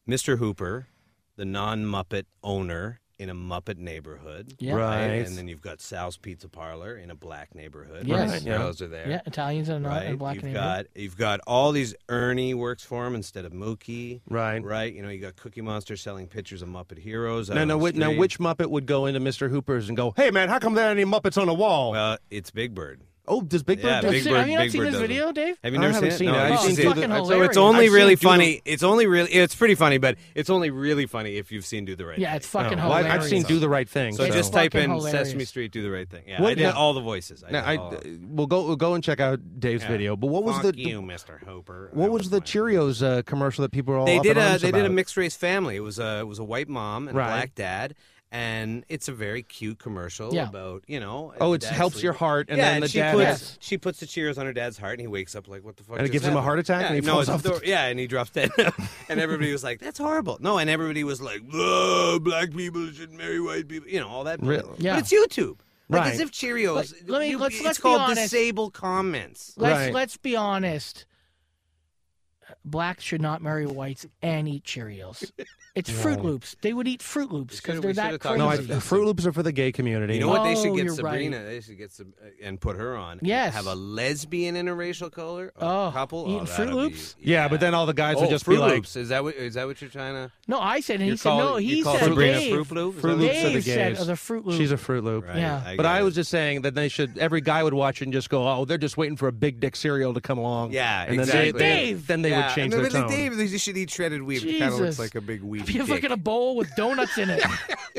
Speaker 12: Mr. Hooper, the non Muppet owner, in a Muppet neighborhood,
Speaker 4: Yeah. Right.
Speaker 12: And then you've got Sal's Pizza Parlor in a black neighborhood.
Speaker 4: Yes. Right,
Speaker 12: Right.
Speaker 4: yeah.
Speaker 12: Those are there.
Speaker 4: Yeah, Italians are not in a black
Speaker 12: you've
Speaker 4: neighborhood.
Speaker 12: Got, you've got all these Ernie works for him instead of Mookie.
Speaker 3: Right.
Speaker 12: Right. You know, you got Cookie Monster selling pictures of Muppet heroes. out
Speaker 3: Now,
Speaker 12: on
Speaker 3: now,
Speaker 12: the
Speaker 3: which, now,
Speaker 12: street.
Speaker 3: which Muppet would go into Mr. Hooper's and go, "Hey, man, how come there are any Muppets on the wall?"
Speaker 12: Well, Uh, it's Big Bird.
Speaker 3: Oh, does Big Bird?
Speaker 12: Yeah,
Speaker 3: do-
Speaker 12: Big Bird.
Speaker 4: have you not
Speaker 12: Big
Speaker 4: seen
Speaker 12: Bird
Speaker 4: this
Speaker 12: does it.
Speaker 4: video, Dave?
Speaker 12: Have you
Speaker 3: I
Speaker 12: never
Speaker 3: haven't seen
Speaker 12: seen it?
Speaker 3: it.
Speaker 12: No,
Speaker 3: I've
Speaker 12: you
Speaker 3: seen it.
Speaker 12: should see
Speaker 3: It's fucking
Speaker 12: it. So
Speaker 3: hilarious.
Speaker 12: it's only
Speaker 3: I've seen
Speaker 12: really
Speaker 3: Do the-
Speaker 12: funny. It's only really. It's pretty funny, but it's only really funny if you've seen Do the Right.
Speaker 4: Yeah,
Speaker 12: Thing.
Speaker 4: it's fucking
Speaker 3: Oh, well, I've- I've
Speaker 4: hilarious.
Speaker 3: seen Do the Right Thing.
Speaker 12: So
Speaker 3: so-
Speaker 12: just type in
Speaker 4: fucking
Speaker 12: Sesame
Speaker 4: hilarious.
Speaker 12: Street, Do the Right Thing. Yeah,
Speaker 3: What-
Speaker 12: I did
Speaker 3: now-
Speaker 12: all the voices. I
Speaker 3: now,
Speaker 12: did
Speaker 3: I, uh,
Speaker 12: all-
Speaker 3: we'll go. We'll go and check out Dave's
Speaker 12: Yeah.
Speaker 3: video. But what was
Speaker 12: Fuck
Speaker 3: the
Speaker 12: you, Mr. Hooper?
Speaker 3: what was the Cheerios uh, commercial that people were all
Speaker 12: they
Speaker 3: up
Speaker 12: did
Speaker 3: in
Speaker 12: a
Speaker 3: arms
Speaker 12: they did a
Speaker 3: about?
Speaker 12: mixed race family. It was a it was a white mom and
Speaker 3: Right.
Speaker 12: a black dad, and it's a very cute commercial
Speaker 3: Yeah.
Speaker 12: about you know.
Speaker 3: Oh,
Speaker 12: the
Speaker 3: it
Speaker 12: dad
Speaker 3: helps your
Speaker 12: sleep-
Speaker 3: heart, and
Speaker 12: yeah,
Speaker 3: then the
Speaker 12: she
Speaker 3: dad
Speaker 12: puts
Speaker 3: has-
Speaker 12: she puts the Cheerios on her dad's heart, and he wakes up like, what the fuck?
Speaker 3: And it
Speaker 12: just
Speaker 3: gives him a
Speaker 12: happened?
Speaker 3: heart attack,
Speaker 12: Yeah,
Speaker 3: and he
Speaker 12: no,
Speaker 3: falls
Speaker 12: it's
Speaker 3: off the-
Speaker 12: ador- yeah, and he drops dead, [laughs] and everybody was like, that's horrible. No, and everybody was like, "Whoa, black people should marry white people, you know, all that.
Speaker 3: Really?
Speaker 12: bullshit.
Speaker 3: Yeah.
Speaker 12: But it's YouTube. Like,
Speaker 3: Right.
Speaker 12: as if Cheerios.
Speaker 4: Let- let me-
Speaker 12: you-
Speaker 4: let's-
Speaker 12: it's
Speaker 4: let's be
Speaker 12: called
Speaker 4: honest.
Speaker 12: disable comments.
Speaker 4: Let's
Speaker 3: Right.
Speaker 4: let's be honest. Blacks should not marry whites and eat Cheerios. It's Fruit
Speaker 3: No.
Speaker 4: Loops. They would eat Fruit Loops because
Speaker 12: should've-
Speaker 4: they're
Speaker 12: we
Speaker 4: that
Speaker 12: should've talked
Speaker 4: crazy.
Speaker 3: No,
Speaker 12: about
Speaker 3: I,
Speaker 12: Crazy.
Speaker 3: Fruit Loops are for the gay community.
Speaker 12: You know what? They
Speaker 4: Oh,
Speaker 12: should get
Speaker 4: you're right.
Speaker 12: Sabrina. They should get Sab- and put her on.
Speaker 4: Yes.
Speaker 12: Have a lesbian interracial color
Speaker 4: Oh,
Speaker 12: couple.
Speaker 4: eating
Speaker 12: oh,
Speaker 4: Fruit
Speaker 12: that'd be-
Speaker 4: Loops?
Speaker 3: Yeah, but then all the guys
Speaker 12: oh,
Speaker 3: would just
Speaker 12: Fruit
Speaker 3: be like,
Speaker 12: Loops. Is that what? Is that what you're trying to?
Speaker 4: No, I said, and
Speaker 12: You
Speaker 4: he said
Speaker 12: call-
Speaker 4: no.
Speaker 12: you
Speaker 4: He
Speaker 12: call
Speaker 4: said
Speaker 12: Sabrina
Speaker 4: Dave.
Speaker 12: Fruit Loop? Is
Speaker 3: Fruit
Speaker 12: that
Speaker 3: Loops are the
Speaker 4: Dave said,
Speaker 3: gays.
Speaker 4: oh, the Fruit Loop.
Speaker 3: She's a Fruit Loop.
Speaker 12: Right,
Speaker 4: Yeah.
Speaker 12: I
Speaker 3: but
Speaker 12: get
Speaker 3: I
Speaker 12: it.
Speaker 3: was just saying that they should. Every guy would watch it and just go, "Oh, they're just waiting for a big dick cereal to come along."
Speaker 12: Yeah,
Speaker 3: and
Speaker 12: exactly.
Speaker 3: then they, then they
Speaker 12: Yeah,
Speaker 3: would change
Speaker 12: I mean,
Speaker 3: their
Speaker 12: but
Speaker 3: tone.
Speaker 12: Dave, they just should eat shredded wheat. It kind of
Speaker 4: Jesus.
Speaker 12: looks like a big wheat.
Speaker 4: Be a
Speaker 12: dick.
Speaker 4: fucking a bowl with donuts
Speaker 12: [laughs]
Speaker 4: in it.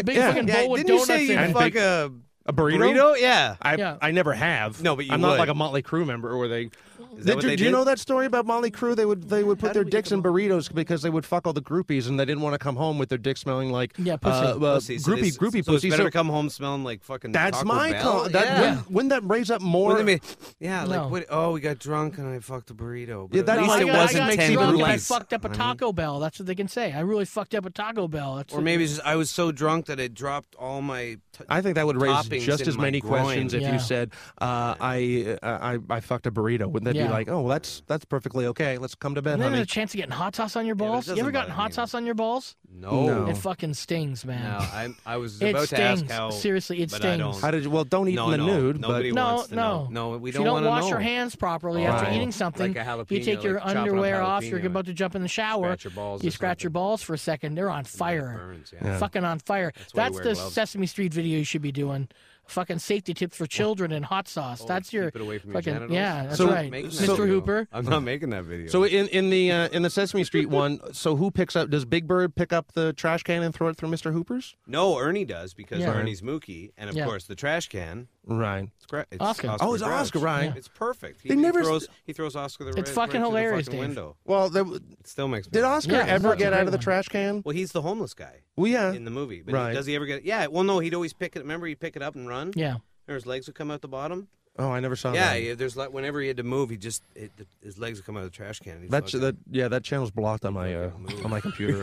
Speaker 4: Big
Speaker 3: Yeah.
Speaker 4: fucking bowl
Speaker 12: yeah,
Speaker 4: with
Speaker 12: didn't you
Speaker 4: Oh, donuts
Speaker 12: say
Speaker 4: in
Speaker 12: you
Speaker 4: it.
Speaker 3: And
Speaker 12: fuck
Speaker 3: big-
Speaker 12: a
Speaker 3: a burrito?
Speaker 12: burrito? Yeah.
Speaker 3: I
Speaker 4: Yeah.
Speaker 3: I never have.
Speaker 12: No, but you
Speaker 3: I'm
Speaker 12: would.
Speaker 3: not like a Motley Crue member where they.
Speaker 12: Is that
Speaker 3: Did,
Speaker 12: what
Speaker 3: you-
Speaker 12: they
Speaker 3: do you
Speaker 12: did?
Speaker 3: know that story about Motley Crue? They would they would put their dicks in burritos because they would fuck all the groupies and they didn't want to come home with their dick smelling like
Speaker 4: Yeah, pussy.
Speaker 3: uh, uh,
Speaker 12: Pussy, so
Speaker 3: groupie
Speaker 12: this-
Speaker 3: groupie
Speaker 12: so
Speaker 3: pussy.
Speaker 12: It's better
Speaker 3: So
Speaker 12: to come home smelling like fucking.
Speaker 3: that's
Speaker 12: Taco
Speaker 3: my
Speaker 12: Bell?
Speaker 3: con- that,
Speaker 12: yeah.
Speaker 3: wouldn't, wouldn't that raise up more?
Speaker 12: Wouldn't it be- yeah, like
Speaker 4: No.
Speaker 12: what? Oh, we got drunk and I fucked a burrito. But
Speaker 3: Yeah,
Speaker 12: at
Speaker 3: that
Speaker 12: least
Speaker 3: might-
Speaker 4: I
Speaker 12: it
Speaker 4: got, I
Speaker 12: wasn't
Speaker 4: got
Speaker 12: ten
Speaker 4: drunk and I
Speaker 12: degrees.
Speaker 4: fucked up a Taco Bell. That's what they can say. I really fucked up a Taco Bell. That's
Speaker 12: Or
Speaker 4: what-
Speaker 12: maybe it's just I was so drunk that it dropped all my. T-
Speaker 3: I think that would raise
Speaker 12: toppings
Speaker 3: just
Speaker 12: in
Speaker 3: as
Speaker 12: my
Speaker 3: many
Speaker 12: groin.
Speaker 3: questions if
Speaker 4: Yeah.
Speaker 3: you said, uh, "I, uh, I I fucked a burrito." Wouldn't that
Speaker 4: Yeah.
Speaker 3: be like, "Oh, well, that's that's perfectly okay. Let's come to bed,
Speaker 4: And then
Speaker 3: honey."
Speaker 4: a chance of getting hot sauce on your
Speaker 12: but it
Speaker 4: balls. you ever
Speaker 12: doesn't
Speaker 4: gotten
Speaker 12: bother
Speaker 4: hot
Speaker 12: me.
Speaker 4: sauce on your balls?
Speaker 12: no,
Speaker 3: No.
Speaker 4: It fucking stings, man.
Speaker 12: No, I, I was
Speaker 4: It
Speaker 12: about to ask
Speaker 4: stings.
Speaker 12: how.
Speaker 4: Seriously, it
Speaker 12: but I
Speaker 4: stings.
Speaker 12: don't-
Speaker 3: How did you? Well, don't eat in
Speaker 12: no,
Speaker 3: the
Speaker 12: no,
Speaker 3: nude,
Speaker 12: Nobody
Speaker 4: No,
Speaker 12: wants to
Speaker 4: no.
Speaker 12: know. No, we
Speaker 4: if you
Speaker 12: don't,
Speaker 4: don't
Speaker 12: want to
Speaker 4: wash
Speaker 12: know.
Speaker 4: your hands properly
Speaker 12: Right.
Speaker 4: after eating something,
Speaker 12: Like a
Speaker 4: you take
Speaker 12: jalapeno,
Speaker 4: your
Speaker 12: like chopping up
Speaker 4: underwear off.
Speaker 12: jalapeno
Speaker 4: You're
Speaker 12: and
Speaker 4: about to jump in the shower.
Speaker 12: scratch your balls
Speaker 4: you
Speaker 12: or
Speaker 4: scratch your
Speaker 12: something.
Speaker 4: balls for a second. They're on
Speaker 12: but
Speaker 4: fire.
Speaker 12: burns, yeah.
Speaker 4: Fucking on fire.
Speaker 12: why you
Speaker 4: That's,
Speaker 12: wear
Speaker 4: the
Speaker 12: gloves.
Speaker 4: Sesame Street video you should be doing. Fucking safety tips for children and hot sauce. that's your
Speaker 12: Oh, Keep it away from your
Speaker 4: fucking
Speaker 12: genitals.
Speaker 4: yeah. That's
Speaker 12: I'm not
Speaker 4: right,
Speaker 12: making that
Speaker 4: Mr.
Speaker 12: video.
Speaker 4: Hooper.
Speaker 12: I'm not making that video.
Speaker 3: So in in the uh, in the Sesame Street one, so who picks up? Does Big Bird pick up the trash can and throw it through Mister Hooper's?
Speaker 12: no, Ernie does because
Speaker 4: Yeah.
Speaker 12: Ernie's Mookie, and of
Speaker 4: Yeah.
Speaker 12: course the trash can.
Speaker 3: Right.
Speaker 12: It's, gra- it's
Speaker 4: Oscar.
Speaker 3: Oh, it's
Speaker 12: Grouch.
Speaker 3: Oscar, right.
Speaker 12: It's perfect. He,
Speaker 3: They never
Speaker 12: he
Speaker 3: s-
Speaker 12: throws he throws Oscar the
Speaker 4: It's
Speaker 12: right-
Speaker 4: fucking
Speaker 12: right through the
Speaker 4: hilarious,
Speaker 12: fucking
Speaker 4: Dave.
Speaker 12: window.
Speaker 3: Well, the,
Speaker 12: It still makes me.
Speaker 3: did
Speaker 12: laugh.
Speaker 3: Oscar
Speaker 4: Yeah,
Speaker 3: ever
Speaker 4: that's a
Speaker 3: get
Speaker 4: great
Speaker 3: out of the
Speaker 4: one.
Speaker 3: trash can?
Speaker 12: Well, he's the homeless guy
Speaker 3: Well, yeah.
Speaker 12: in the movie. But
Speaker 3: Right.
Speaker 12: does he ever get? Yeah. Well, no, he'd always pick it. Remember, he'd pick it up and run.
Speaker 4: Yeah.
Speaker 12: Or his legs would come out the bottom.
Speaker 3: Oh, I never saw
Speaker 12: yeah.
Speaker 3: that.
Speaker 12: yeah, There's like whenever he had to move, he just it, the, his legs would come out of the trash can. and he'd
Speaker 3: That's
Speaker 12: fucking-
Speaker 3: that. Yeah, that channel's blocked on my uh, [laughs] on my
Speaker 12: [laughs]
Speaker 3: computer.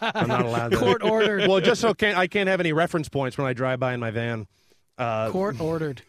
Speaker 3: I'm not allowed. To. [laughs]
Speaker 4: Court ordered.
Speaker 3: Well, just so can't I can't have any reference points when I drive by in my van. Uh,
Speaker 4: Court
Speaker 12: [laughs]
Speaker 4: ordered.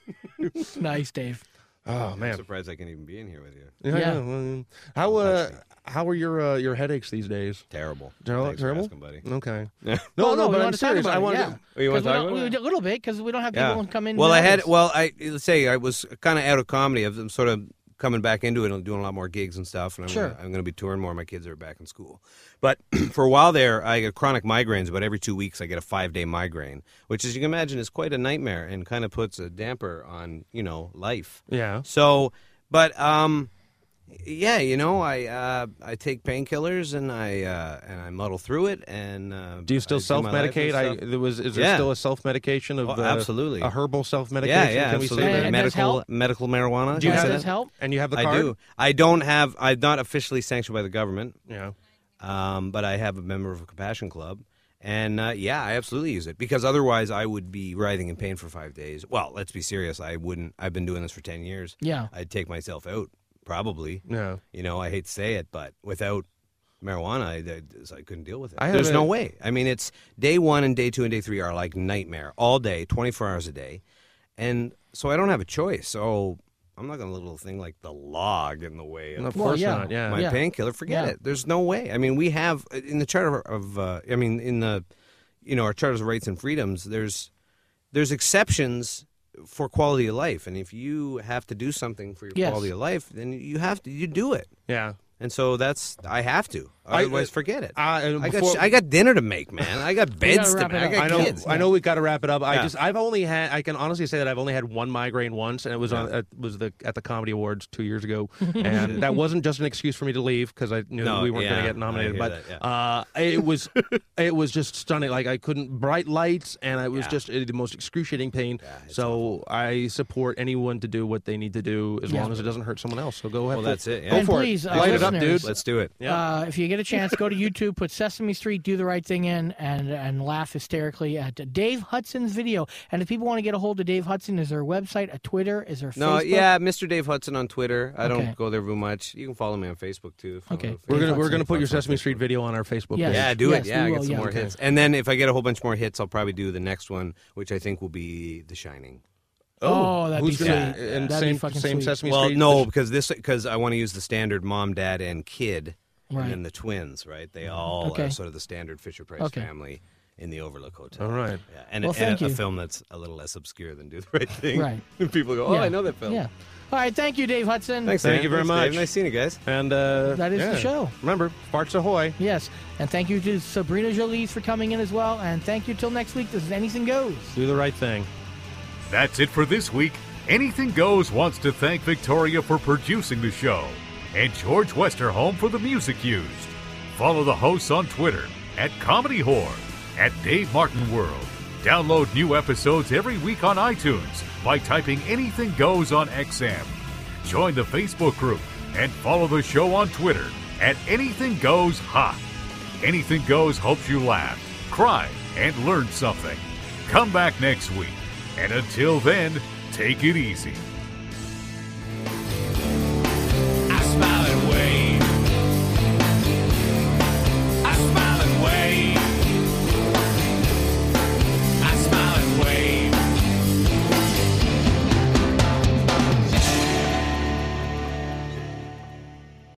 Speaker 4: nice, Dave.
Speaker 3: oh
Speaker 12: I'm
Speaker 3: man.
Speaker 12: surprised I can even be in here with you.
Speaker 3: [laughs] Yeah,
Speaker 4: Yeah.
Speaker 3: yeah, well, How uh, how are your uh, your headaches these days?
Speaker 12: Terrible.
Speaker 3: Ter-
Speaker 12: Thanks for
Speaker 3: terrible?
Speaker 12: asking, buddy. [laughs]
Speaker 3: Okay.
Speaker 12: Yeah.
Speaker 4: Well, Oh, no,
Speaker 3: but
Speaker 4: we wanna
Speaker 3: I'm
Speaker 4: talk
Speaker 3: serious.
Speaker 4: about
Speaker 3: I
Speaker 4: it,
Speaker 3: want.
Speaker 4: yeah.
Speaker 12: Oh, you
Speaker 4: 'Cause we
Speaker 12: want to talk
Speaker 4: don't-
Speaker 12: about
Speaker 4: we
Speaker 12: it?
Speaker 4: do A little bit because we don't have people who come in.
Speaker 12: Well,
Speaker 4: and
Speaker 12: I
Speaker 4: help
Speaker 12: had.
Speaker 4: us.
Speaker 12: Well, I let's say I was kind of out of comedy. I've- I'm sort of coming back into it and doing a lot more gigs and stuff. And I'm
Speaker 4: Sure.
Speaker 12: gonna, I'm going to be touring more. My kids are back in school, but [clears throat] for a while there, I got chronic migraines. About every two weeks, I get a five day migraine, which, as you can imagine, is quite a nightmare and kind of puts a damper on you know life.
Speaker 3: Yeah.
Speaker 12: So, but um, yeah, you know, I uh, I take painkillers and I uh, and I muddle through it. And uh,
Speaker 3: Do you
Speaker 12: I
Speaker 3: still
Speaker 12: do
Speaker 3: self
Speaker 12: my life and
Speaker 3: medicate? I
Speaker 12: stuff.
Speaker 3: there was is there
Speaker 12: Yeah.
Speaker 3: still a self medication of
Speaker 12: Oh,
Speaker 3: uh,
Speaker 12: absolutely.
Speaker 3: a herbal self
Speaker 12: yeah,
Speaker 3: medication?
Speaker 12: yeah,
Speaker 3: Can we
Speaker 12: absolutely.
Speaker 3: say
Speaker 4: And it
Speaker 3: that?
Speaker 4: does
Speaker 12: medical
Speaker 4: help?
Speaker 12: medical marijuana.
Speaker 4: Do you
Speaker 12: Can I
Speaker 4: have
Speaker 12: say
Speaker 4: this
Speaker 12: that?
Speaker 4: help?
Speaker 3: And you have the
Speaker 12: I
Speaker 3: card.
Speaker 12: do. I don't have. I'm not officially sanctioned by the government,
Speaker 3: Yeah.
Speaker 12: um, but I have a member of a compassion club, and uh, yeah, I absolutely use it because otherwise I would be writhing in pain for five days. Well, let's be serious. I wouldn't. I've been doing this for ten years.
Speaker 4: Yeah.
Speaker 12: I'd take myself out probably.
Speaker 3: Yeah.
Speaker 12: You know, I hate to say it, but without marijuana, I, I- I couldn't deal with it.
Speaker 3: I had
Speaker 12: There's no
Speaker 3: a-
Speaker 12: way. I mean, it's day one and day two and day three are like nightmare all day, 24 hours a day. And so I don't have a choice. So I'm not going to let a little thing like the log in the way of
Speaker 3: Of
Speaker 4: Well,
Speaker 3: course
Speaker 4: yeah.
Speaker 3: not. Yeah.
Speaker 12: my
Speaker 4: Yeah.
Speaker 12: painkiller. Forget
Speaker 4: Yeah.
Speaker 12: it. There's no way. I mean, we have in the chart of, of uh, I mean, in the you know our charters of rights and freedoms, there's there's exceptions for quality of life, and if you have to do something for your
Speaker 3: Yes.
Speaker 12: quality of life, then you have to you do it.
Speaker 13: Yeah.
Speaker 12: And so that's I uh, have to,
Speaker 3: I-
Speaker 12: otherwise forget it.
Speaker 3: I- and
Speaker 12: I got
Speaker 3: before-
Speaker 12: sh- I got dinner to make, man. I [laughs] got beds to make. I got
Speaker 3: I know.
Speaker 12: kids.
Speaker 3: I know we got to wrap it up. I
Speaker 12: Yeah.
Speaker 3: just I've only had I can honestly say that I've only had one migraine once, and it was on it was the at the Comedy Awards two years
Speaker 12: [laughs]
Speaker 3: ago, and that wasn't just an excuse for me to leave because I knew
Speaker 12: No,
Speaker 3: we weren't going
Speaker 12: yeah,
Speaker 3: to get nominated,
Speaker 12: I
Speaker 3: but
Speaker 12: hear that,
Speaker 3: uh, it
Speaker 12: [laughs]
Speaker 3: was it was just stunning. Like I couldn't bright lights, and I was
Speaker 12: Yeah.
Speaker 3: just uh, the most excruciating pain. so I support anyone to do what they need to do as
Speaker 4: Yeah.
Speaker 3: long as it doesn't hurt someone else. So go ahead.
Speaker 12: Well,
Speaker 3: for-
Speaker 12: that's it, yeah.
Speaker 3: Go
Speaker 12: And
Speaker 3: for
Speaker 4: please,
Speaker 3: it.
Speaker 4: uh,
Speaker 3: Light it up,
Speaker 4: listeners-
Speaker 3: dude.
Speaker 12: Let's do it.
Speaker 4: Uh, if you get a chance,
Speaker 12: [laughs]
Speaker 4: go to YouTube, put Sesame Street, do the right thing in, and and laugh hysterically at Dave Hudson's video. And if people want to get a hold of Dave Hudson, is there a website, a Twitter, is there a
Speaker 12: No, uh,
Speaker 4: Facebook?
Speaker 12: yeah, Mr. Dave Hudson on Twitter. I
Speaker 4: Okay.
Speaker 12: don't go there very much. You can follow me on Facebook too. if you
Speaker 4: Okay.
Speaker 12: want to
Speaker 3: We're gonna
Speaker 12: Facebook.
Speaker 3: we're gonna put your Sesame Street video on our Facebook
Speaker 12: Yeah,
Speaker 3: page.
Speaker 12: do
Speaker 4: Yes,
Speaker 12: it. Yeah,
Speaker 4: we
Speaker 12: get
Speaker 4: will,
Speaker 12: some
Speaker 4: yeah.
Speaker 12: more
Speaker 4: Okay.
Speaker 12: hits. And then if I get a whole bunch more hits, I'll probably do the next one, which I think will be The Shining.
Speaker 4: Oh, that'd
Speaker 3: who's
Speaker 4: be
Speaker 3: gonna,
Speaker 4: sweet.
Speaker 3: And
Speaker 4: That'd be
Speaker 3: same
Speaker 4: fucking
Speaker 3: same
Speaker 4: sweet.
Speaker 3: Sesame
Speaker 12: well,
Speaker 3: Street.
Speaker 12: no, because this because I want to use the standard mom, dad, and kid,
Speaker 4: Right.
Speaker 12: and then the twins. Right? They
Speaker 3: Mm-hmm.
Speaker 12: all
Speaker 4: Okay.
Speaker 12: are sort of the standard Fisher Price
Speaker 4: Okay.
Speaker 12: family in the Overlook Hotel.
Speaker 3: All right.
Speaker 12: Yeah. And,
Speaker 4: Well,
Speaker 12: and
Speaker 4: thank
Speaker 12: a,
Speaker 4: you.
Speaker 12: film that's a little less obscure than Do the Right Thing.
Speaker 4: Right.
Speaker 12: People go, [laughs] oh,
Speaker 4: Yeah.
Speaker 12: I know that film.
Speaker 4: Yeah. All right, thank you, Dave Hudson.
Speaker 12: Thanks,
Speaker 3: Thank
Speaker 12: man.
Speaker 3: you very
Speaker 12: Thanks, Dave.
Speaker 3: much.
Speaker 12: Nice seeing you guys.
Speaker 3: And uh,
Speaker 4: That is the
Speaker 3: yeah.
Speaker 4: show.
Speaker 3: Remember, Sparks Ahoy.
Speaker 4: Yes, and thank you to Sabrina Jolise for coming in as well, and thank you till next week. This is Anything Goes.
Speaker 3: Do the right thing.
Speaker 1: That's it for this week. Anything Goes wants to thank Victoria for producing the show and George Westerholm for the music used. Follow the hosts on Twitter at Comedy Whore, at Dave Martin World. Download new episodes every week on iTunes by typing Anything Goes on XM. Join the Facebook group and follow the show on Twitter at Anything Goes Hot. Anything Goes hopes you laughed, cried, and learned something. Come back next week. And until then, take it easy.